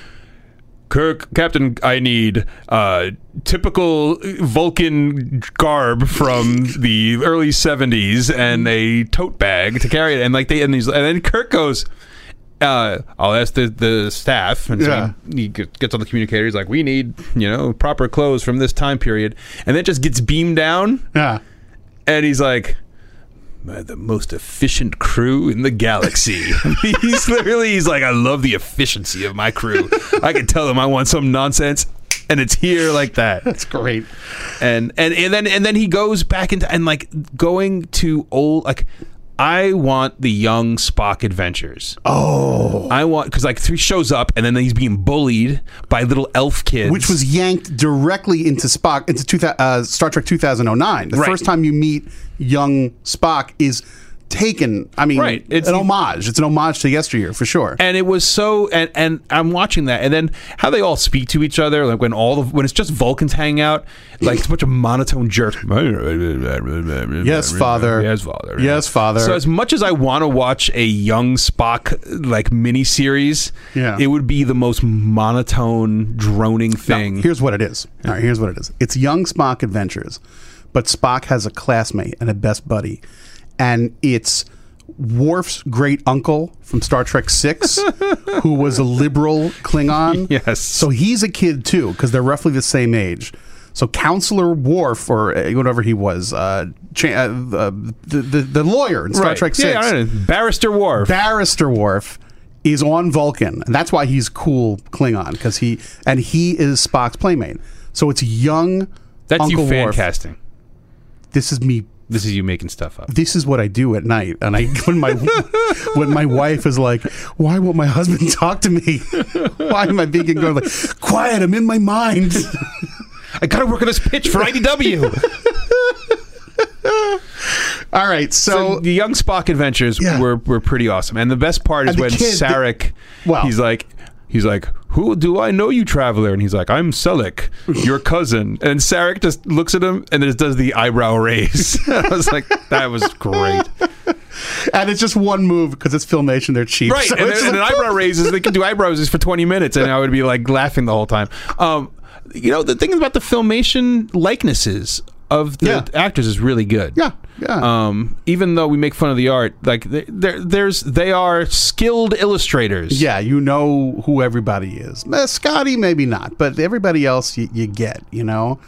Kirk, Captain, I need uh, typical Vulcan garb from the early '70s and a tote bag to carry it. And like they and these, and then Kirk goes. Uh, I'll ask the, the staff, and so Yeah. he, he get- gets on the communicator. He's like, "We need, you know, proper clothes from this time period," and then it just gets beamed down, yeah. and he's like, "By the most efficient crew in the galaxy." he's literally, he's like, "I love the efficiency of my crew. I can tell them I want some nonsense, and it's here like that." That's great. And and and then and then he goes back into and like going to old like. I want the young Spock adventures. Oh, I want because like he shows up and then he's being bullied by little elf kids, Which was yanked directly into Spock into two, thou- uh, Star Trek 2009. The Right. first time you meet young Spock is taken. I mean, Right, it's- an homage. It's an homage to yesteryear for sure. and it was so and and I'm watching that and then how they all speak to each other like when all of when it's just Vulcans hang out like it's a bunch of monotone jerks yes father. yes father Yes, father. so as much as I want to watch a young Spock like miniseries Yeah. it would be the most monotone droning No, thing here's what it is. All right, here's what it is. It's young Spock adventures, but Spock has a classmate and a best buddy, and it's Worf's great uncle from Star Trek Six, who was a liberal Klingon. Yes. So he's a kid too, because they're roughly the same age. So Counselor Worf, or uh, whatever he was, uh, cha- uh, the, the the lawyer in Star Right. Trek Six, yeah, I don't know. Barrister Wharf Barrister Worf is on Vulcan, and that's why he's cool Klingon because he and he is Spock's playmate. So it's young. that's Uncle you fan Worf. casting This is me. this is you making stuff up This is what I do at night, and I when my when my wife is like, "Why won't my husband talk to me? Why am I being ignored?" Like, quiet. I'm in my mind. I gotta work on this pitch for IDW All right. So So, the young Spock adventures Yeah. were, were pretty awesome, and the best part is And the when kid- the- Sarek, Well- he's like, he's like, who do I know, you traveler? And he's like, I'm Selleck, your cousin. And Sarek just looks at him and just does the eyebrow raise. I was like, that was great, and it's just one move because it's filmation. They're cheap. right? So and, it's and just an like, eyebrow raises, they can do eyebrow raises for 20 minutes, and I would be like laughing the whole time. Um, you know, the thing about the filmation likenesses of the Yeah. actors is really good. Yeah. Yeah. um, even though we make fun of the art, like they- there, there's they are skilled illustrators. Yeah, you know who everybody is. Eh, Scotty, maybe not, but everybody else you, you get, you know.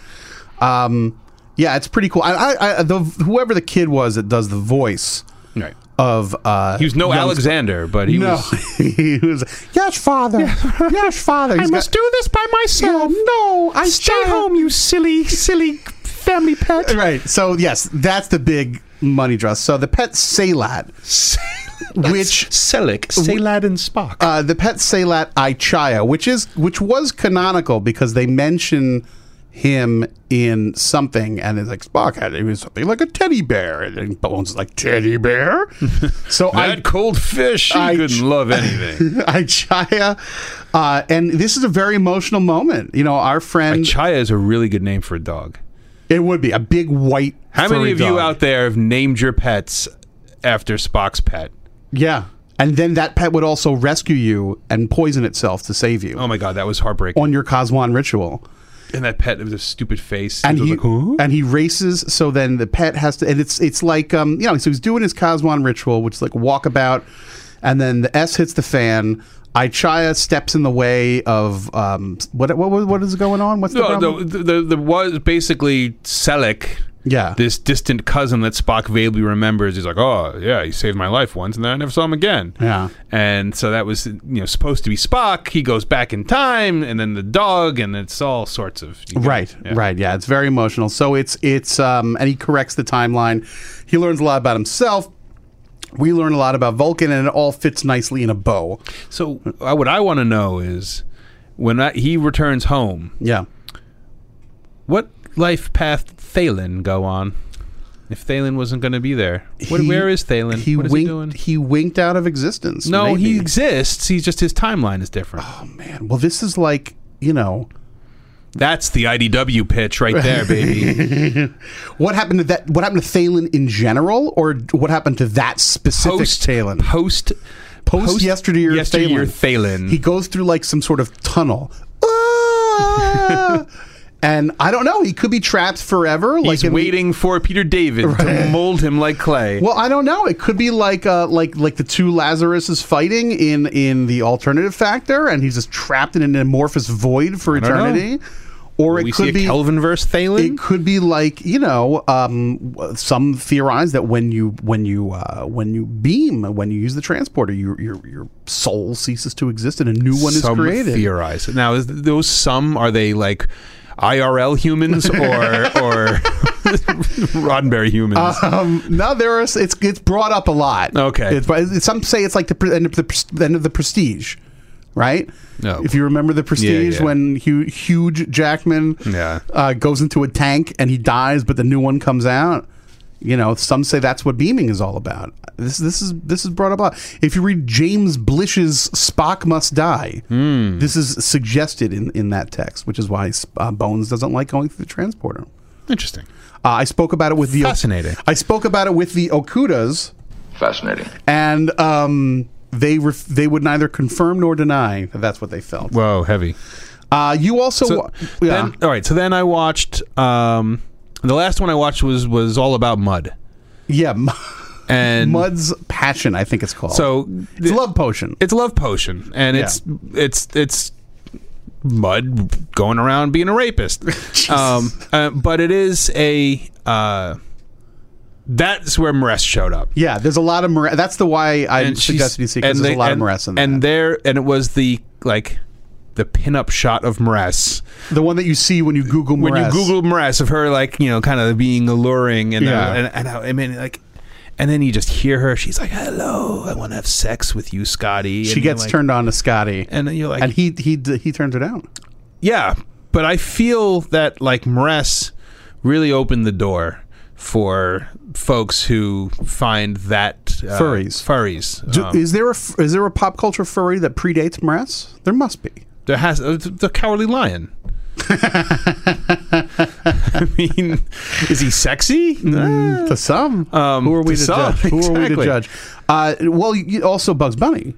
Um, yeah, it's pretty cool. I, I, I the whoever the kid was that does the voice right. of uh, He was no young- Alexander, but he no, was. he was. Yes, father. yes, father. He's got- do this by myself. no, I Stay home, you silly, silly family pet. Right. So yes, that's the big money draw. So the pet Salat, which Selick, Salad, and Spock. uh, the pet Salat Ichaya, which is which was canonical because they mention him in something, and it's like Spock had it was something like a teddy bear, and then Bones is like teddy bear. so that I cold fish, he I- couldn't love anything. Ichaya, uh, and this is a very emotional moment. You know, our friend. Chaya is a really good name for a dog. it would be a big white. How many furry of you dog. out there have named your pets after Spock's pet? Yeah, and then that pet would also rescue you and poison itself to save you Oh my god, that was heartbreaking. on your Coswan ritual. and that pet with a stupid face. and it was he like, "Huh?" and he races. So then the pet has to, and it's it's like um you know so he's doing his Coswan ritual, which is like walkabout, and then the S hits the fan. Ichaya steps in the way of um what what what- what is going on? What's the No, problem? the, the, the, the was basically Selleck. Yeah. This distant cousin that Spock vaguely remembers. He's like, oh, yeah, he saved my life once, and then I never saw him again. Yeah. And so that was, you know, supposed to be Spock. He goes back in time, and then the dog, and it's all sorts of. you know, Right, yeah. right, yeah. It's very emotional. So it's it's um, and he corrects the timeline. He learns a lot about himself. We learn a lot about Vulcan, and it all fits nicely in a bow. So uh, what I want to know is when I, he returns home, Yeah, what life path did Thalen go on? If Thalen wasn't going to be there, what, He- where is Thalen? He what is winked. he doing? winked out of existence. no, he maybe. Oh. exists. He's just his timeline is different. man. Well, this is like you know That's the IDW pitch right there, baby. what happened to that. What happened to Thalen in general, or what happened to that specific post Thalen? Post Post yesterday, yesteryear Thalen. He goes through like some sort of tunnel. Ah! and I don't know. He could be trapped forever. like He's in the- waiting for Peter David to mold him like clay. Well, I don't know. It could be like uh, like like the two Lazaruses fighting in in the alternative factor, and he's just trapped in an amorphous void for don't know. eternity. Or Will it we could see a be Kelvin verse Thalen. It could be like you know, um, some theorize that when you when you uh, when you beam when you use the transporter, your your your soul ceases to exist and a new one is some created. theorize. Now, is those some are they like IRL humans or or Roddenberry humans? Um, no, there is. It's it's brought up a lot. Okay. It's, but it's- some say it's like the pre- end of the, pres- the end of the prestige, right? No. If you remember the prestige, yeah. when hu- huge Jackman Yeah. uh, goes into a tank and he dies, but the new one comes out. You know, some say that's what beaming is all about. This this is this is brought up a lot. If you read James Blish's Spock Must Die, Hmm. this is suggested in, in that text, which is why uh, Bones doesn't like going through the transporter. Interesting. Uh, I spoke about it with the Fascinating. I spoke about it with the Okudas, Fascinating. and um, they ref- they would neither confirm nor deny that that's what they felt. Whoa, heavy. Uh, you also, So yeah, then, uh, all right. So then I watched. Um, the last one I watched was was all about mud yeah, M- and Mud's passion, I think it's called. So it's a love potion. It's a love potion, and it's it's it's mud going around being a rapist. um, uh, but it is a uh, that's where Maress showed up. yeah, there's a lot of Mar- that's the why I she's- suggested you see because and there's they- a lot and- of Maress in And that. there, and it was the like the pinup shot of Maress. the one that you see when you Google Maress. When you Google Maress, of her like you know kind of being alluring, and Yeah. uh, and, and I, I mean like. And then you just hear her. She's like, "Hello, I want to have sex with you, Scotty." she and you're gets like- turned on to Scotty, and you're like, and he he d- he turns her down. Yeah, but I feel that like Mress really opened the door for folks who find that uh, Furries. Furries. Do- Um, is there a f- is there a pop culture furry that predates Maress? There must be. there has uh, the cowardly lion. I mean, is he sexy? Ah. Mm, to some. Um, Who are we to to, some, judge? Who are we to exactly. judge? Uh, well, you, also Bugs Bunny,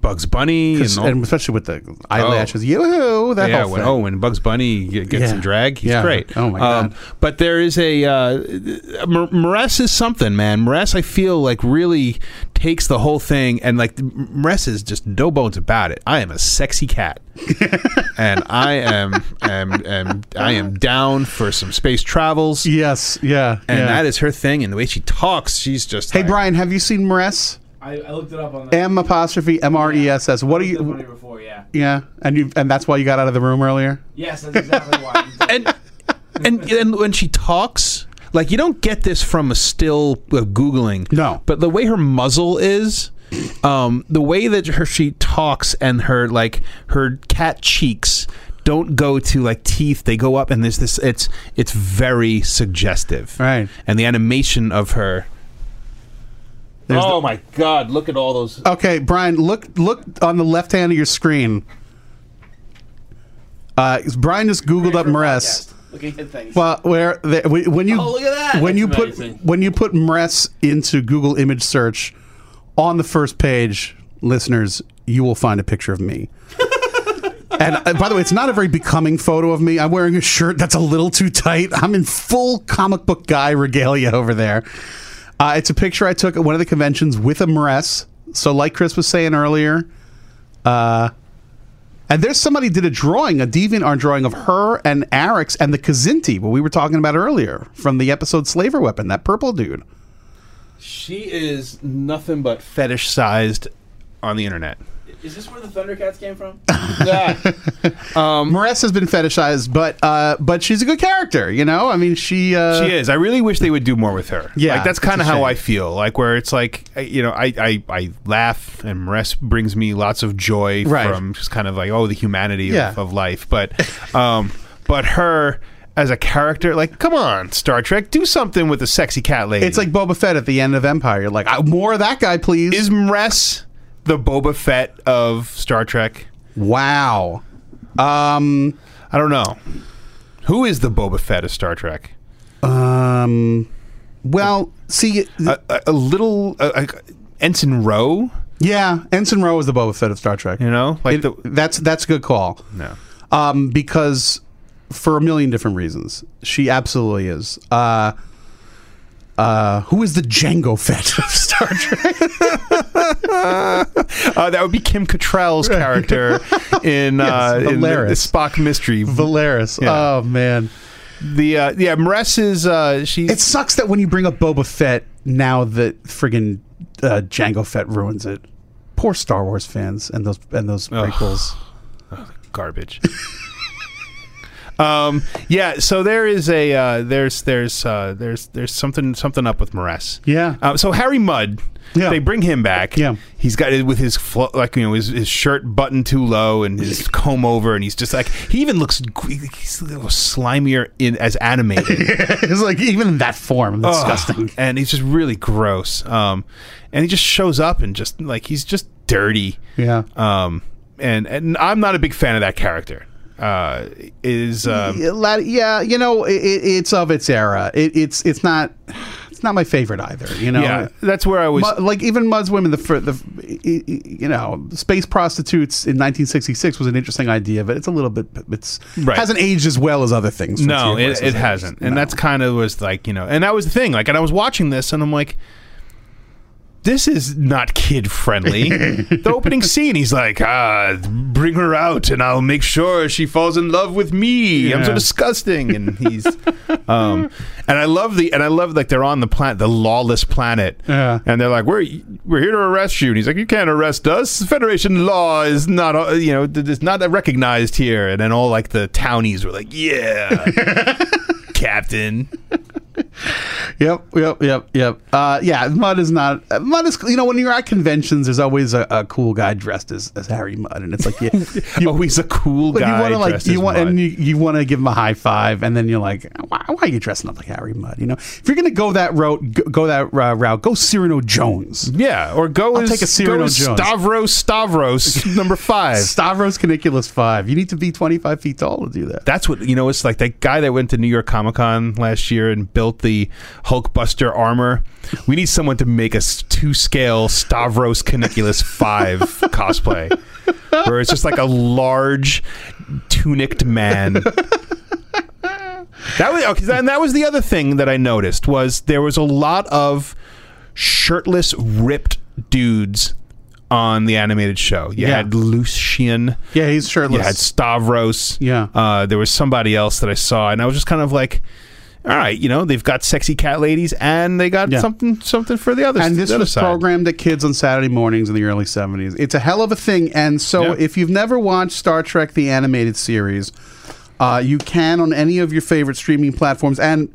Bugs Bunny and, all- and especially with the eyelashes. Yoo-hoo, that Oh. yeah, whole when thing. oh, when Bugs Bunny g- gets Yeah. in drag, he's Yeah. great. Oh, my Um, God. but there is a uh, M- Mress is something, man. Mress, I feel like really takes the whole thing, and like Mress is just no bones about it. I am a sexy cat, and I am, am, am I am down for some space travels, Yes, yeah, oh. and yeah. that is her thing. And the way she talks, she's just Hey like- Brian, have you seen Mress? I, I looked it up on the. M apostrophe M R E S S. What I are looked up on it you? Before, yeah. Yeah, and you and that's why you got out of the room earlier. Yes, that's exactly why. I'm doing and and and when she talks, like you don't get this from a still of googling. No. but the way her muzzle is, um, the way that her she talks and her like her cat cheeks don't go to like teeth. They go up, and there's this. It's it's very suggestive, right? And the animation of her. oh my God! Look at all those. Okay, Brian, look look on the left hand of your screen. Uh, Brian just googled up Mress. Looking at things. Well, where the, when when you Oh, look at that. when That's you amazing. put when you put Mress into Google image search on the first page, listeners, you will find a picture of me. and uh, by the way, it's not a very becoming photo of me. I'm wearing a shirt that's a little too tight. I'm in full comic book guy regalia over there. Uh, it's a picture I took at one of the conventions with a Mress. So, like Chris was saying earlier, uh, and there's somebody did a drawing, a DeviantArt drawing of her and Arix and the Kazinti, what we were talking about earlier from the episode Slaver Weapon, that purple dude. She is nothing but fetish sized on the internet. Is this where the Thundercats came from? Um, Maress has been fetishized, but uh, but she's a good character, you know. I mean, she uh, She is. I really wish they would do more with her. Yeah, like, that's it's a kind of how shame. I feel. Like where it's like I- you know, I I, I laugh and rest brings me lots of joy Right. from just kind of like oh the humanity Yeah. of, of life. But um, but her as a character, like come on Star Trek, do something with a sexy cat lady. It's like Boba Fett at the end of Empire. You're like, "I- more of that guy, please. is Mress the Boba Fett of Star Trek? wow. Um, I don't know. Who is the Boba Fett of Star Trek? um, well, see, A, a, a little a, a, Ensign Rowe, yeah, Ensign Rowe is the Boba Fett of Star Trek. you know, like It- the that's that's a good call. no. um, because for a million different reasons, she absolutely is. Uh, uh, who is the Django Fett of Star Trek? Uh, that would be Kim Cattrall's character in, uh, in the, the Valeris. Spock mystery. Valeris. Yeah. Oh man, the uh, yeah, Mress is uh, she's it sucks that when you bring up Boba Fett, now that friggin' uh, Django Fett ruins it. Poor Star Wars fans and those and those prequels. garbage. um, yeah, so there is a uh, there's there's uh, there's there's something something up with Mress. Yeah. Uh, so Harry Mudd, Yeah. they bring him back. Yeah. He's got it with his flo- like you know his, his shirt buttoned too low and his comb over, and he's just like he even looks g- he's a little slimier in as animated. it's like even in that form, Ugh. disgusting. And he's just really gross. Um, and he just shows up and just like he's just dirty. Yeah. Um, and and I'm not a big fan of that character. Uh, is um, Yeah, la- yeah, you know, it, it's of its era. It, it's it's not it's not my favorite either. You know, yeah, that's where I was. Mu- like even Mudd's women, the, fir- the y- y- you know space prostitutes in 1966 was an interesting idea, but it's a little bit it's Right. hasn't aged as well as other things. since no, Universe it, it aged. hasn't, and No. that's kind of was like you know, and that was the thing. Like, and I was watching this, and I'm like. This is not kid friendly. the opening scene, he's like, ah, bring her out and I'll make sure she falls in love with me. I'm so Yeah. disgusting. And he's, um, and I love the, and I love like they're on the planet, the lawless planet. Yeah. And they're like, we're, we're here to arrest you. And he's like, you can't arrest us. Federation law is not, uh, you know, th- it's not recognized here. And then all like the townies were like, yeah, captain. Yep, yep, yep, yep. Uh, yeah, Mudd is not uh, Mudd is you know when you're at conventions, there's always a, a cool guy dressed as, as Harry Mudd, and it's like yeah, you, oh, he's a cool But you guy. want to like dressed you as want mud. and you, you want to give him a high five, and then you're like, why, why are you dressing up like Harry Mudd? You know, if you're gonna go that route, go, go that uh, route, go Cyrano Jones. Yeah, or go I'll as take a Cyrano go as Jones. Stavros Stavros number five. Stavros Caniculus five. You need to be 25 feet tall to do that. That's what you know. It's like that guy that went to New York Comic Con last year and built the Hulkbuster armor. We need someone to make a s- two-scale Stavros Caniculus five cosplay, where it's just like a large tuniced man. That was okay, and that was the other thing that I noticed was there was a lot of shirtless, ripped dudes on the animated show. You Yeah. had Lucian, Yeah, he's you shirtless. had Stavros, Yeah. Uh, there was somebody else that I saw, and I was just kind of like, "All right, you know, they've got sexy cat ladies, and they got Yeah. something something for the other." and the this other was side. programmed at kids on Saturday mornings in the early 70s. It's a hell of a thing. And so, Yeah. if you've never watched Star Trek the animated series, uh, you can on any of your favorite streaming platforms. And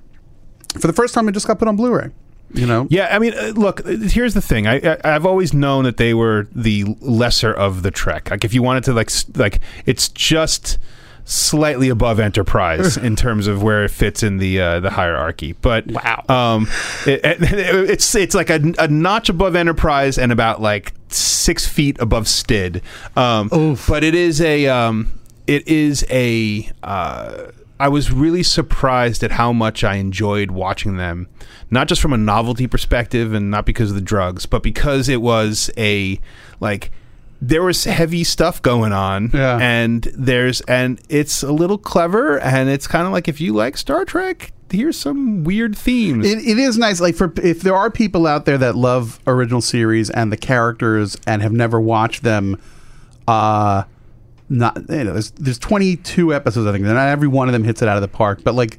for the first time, it just got put on Blu-ray. You know, Yeah, I mean, uh, look. uh, Here's the thing. I, I I've always known that they were the lesser of the Trek. Like, if you wanted to, like, s- like it's just slightly above Enterprise in terms of where it fits in the uh, the hierarchy. But Wow. um, it, it- it's it's like a, a notch above Enterprise and about like six feet above Stid. Um, but it is a um, it is a. Uh, I was really surprised at how much I enjoyed watching them, not just from a novelty perspective and not because of the drugs, but because it was a like there was heavy stuff going on Yeah. and there's and it's a little clever and it's kind of like if you like Star Trek, here's some weird themes. It, it is nice. Like for if there are people out there that love original series and the characters and have never watched them, uh, not you know, there's there's 22 episodes I think. and Not every one of them hits it out of the park, but like.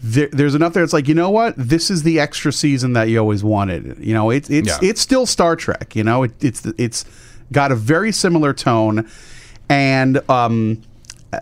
There, there's enough there. It's like you know what? This is the extra season that you always wanted. You know, it's it's Yeah. it's still Star Trek. You know, it, it's it's got a very similar tone, and um,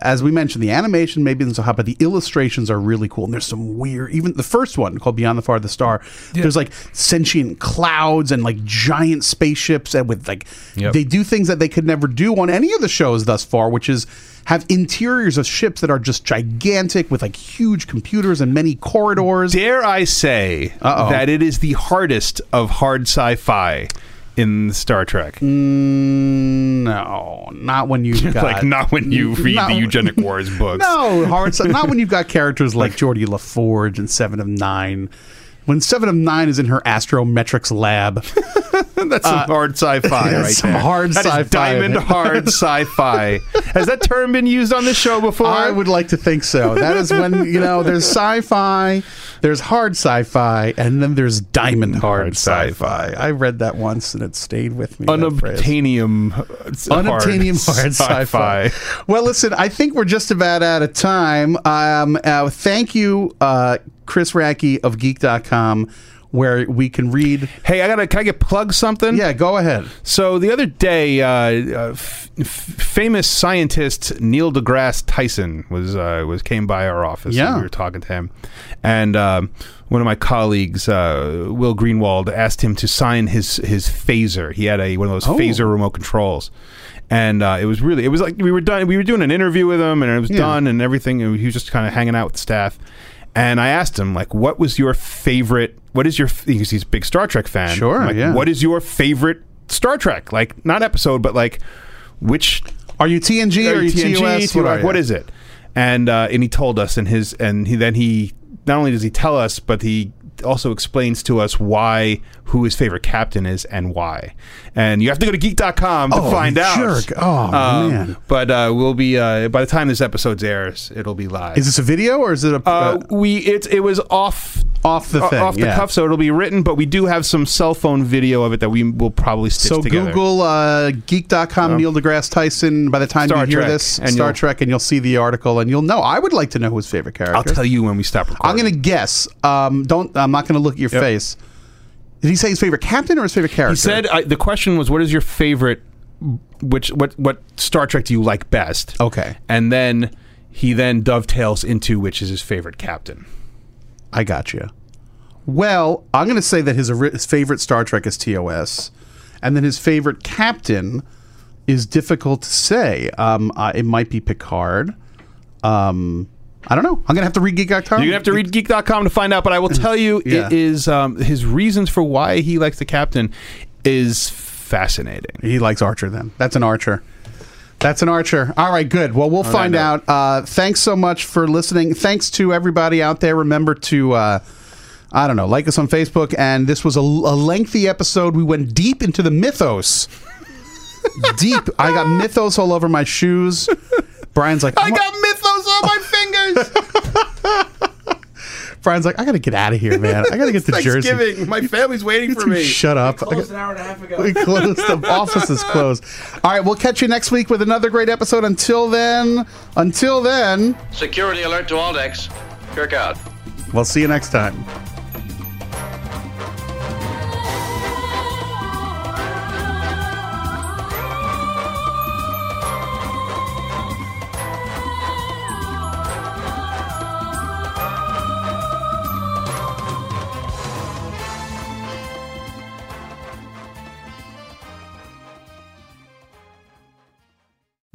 as we mentioned, the animation maybe isn't so hot, but the illustrations are really cool. And there's some weird, even the first one called Beyond the Farthest Star. There's like sentient clouds and like giant spaceships, and with like Yep. they do things that they could never do on any of the shows thus far, which is have interiors of ships that are just gigantic with like huge computers and many corridors. Dare I say Uh-oh. that it is the hardest of hard sci-fi in Star Trek? Mm. No, not when you've got like not when you read Mm, Not- the eugenic wars books. No, hard stuff. Not when you've got characters like Geordie LaForge and Seven of Nine. When Seven of Nine is in her astrometrics lab, that's some hard sci-fi, that's right some there. hard That is sci-fi. diamond hard sci-fi. Has that term been used on this show before? I would like to think so. That is when you know there's sci-fi, there's hard sci-fi, and then there's diamond hard, Hard sci-fi. sci-fi. I read that once and it stayed with me. that phrase. unobtainium, uh, hard unobtainium hard sci-fi. Well, listen, I think we're just about out of time. Um, uh, thank you, uh, Chris Racky of Geek.com, where we can read. Hey, I gotta. Can I get plug something? Yeah, go ahead. So the other day, uh, uh, f- f- famous scientist Neil deGrasse Tyson was uh, was came by our office. Yeah. and we were talking to him, and um, one of my colleagues, uh, Will Greenwald, asked him to sign his his phaser. He had a one of those phaser remote controls. And uh, it was really, it was like we were done. We were doing an interview with him, and it was done, and everything. And he was just kind of hanging out with staff. And I asked him, like, what was your favorite? What is your? Because he's a big Star Trek fan. Sure, I'm like, yeah. What is your favorite Star Trek? Like, not episode, but like, which Are you TNG or are you TOS? TOS, What are you? what is it? And uh, and he told us, and his and he, then he not only does he tell us, but he also explains to us why who his favorite captain is and why. And you have to go to geek.com to Oh, find out. jerk. Oh, man. But uh, we'll be uh, by the time this episode airs, it'll be live. Is this a video or is it a Uh, uh, we it it was off Off the o- thing, off the yeah. cuff, so it'll be written. But we do have some cell phone video of it that we will probably stitch so together. Google uh, geek.com Neil deGrasse Tyson. By the time Star you hear Trek, this, and Star you'll- Trek, and you'll see the article, and you'll know. I would like to know who his favorite character. I'll tell you when we stop recording. I'm going to guess. Um, don't. I'm not going to look at your Yep. face. Did he say his favorite captain or his favorite character? He said uh, the question was, "What is your favorite? Which what what Star Trek do you like best?" Okay. and then he then dovetails into which is his favorite captain. I got you. Well, I'm going to say that his, ori- his favorite Star Trek is TOS, and then his favorite captain is difficult to say. Um, uh, it might be Picard. Um, I don't know. I'm going to have to read Geek.com. You're gonna have to read geek.com to find out, but I will tell you, Um, Yeah. it is um, his reasons for why he likes the captain is fascinating. He likes Archer then. That's an Archer. That's an Archer. All right, good. Well, we'll find out. Uh, thanks so much for listening. Thanks to everybody out there. Remember to, uh, I don't know, like us on Facebook. And this was a, a lengthy episode. We went deep into the mythos. deep. I got mythos all over my shoes. Brian's like, I got mythos on my fingers. Brian's like, I got to get out of here, man. I got to get to Jersey. my family's waiting for Shut up. I Closed got- an hour and a half ago. we closed. The office is closed. All right, we'll catch you next week with another great episode. Until then, until then, Security alert to all decks. Kirk out. we'll see you next time.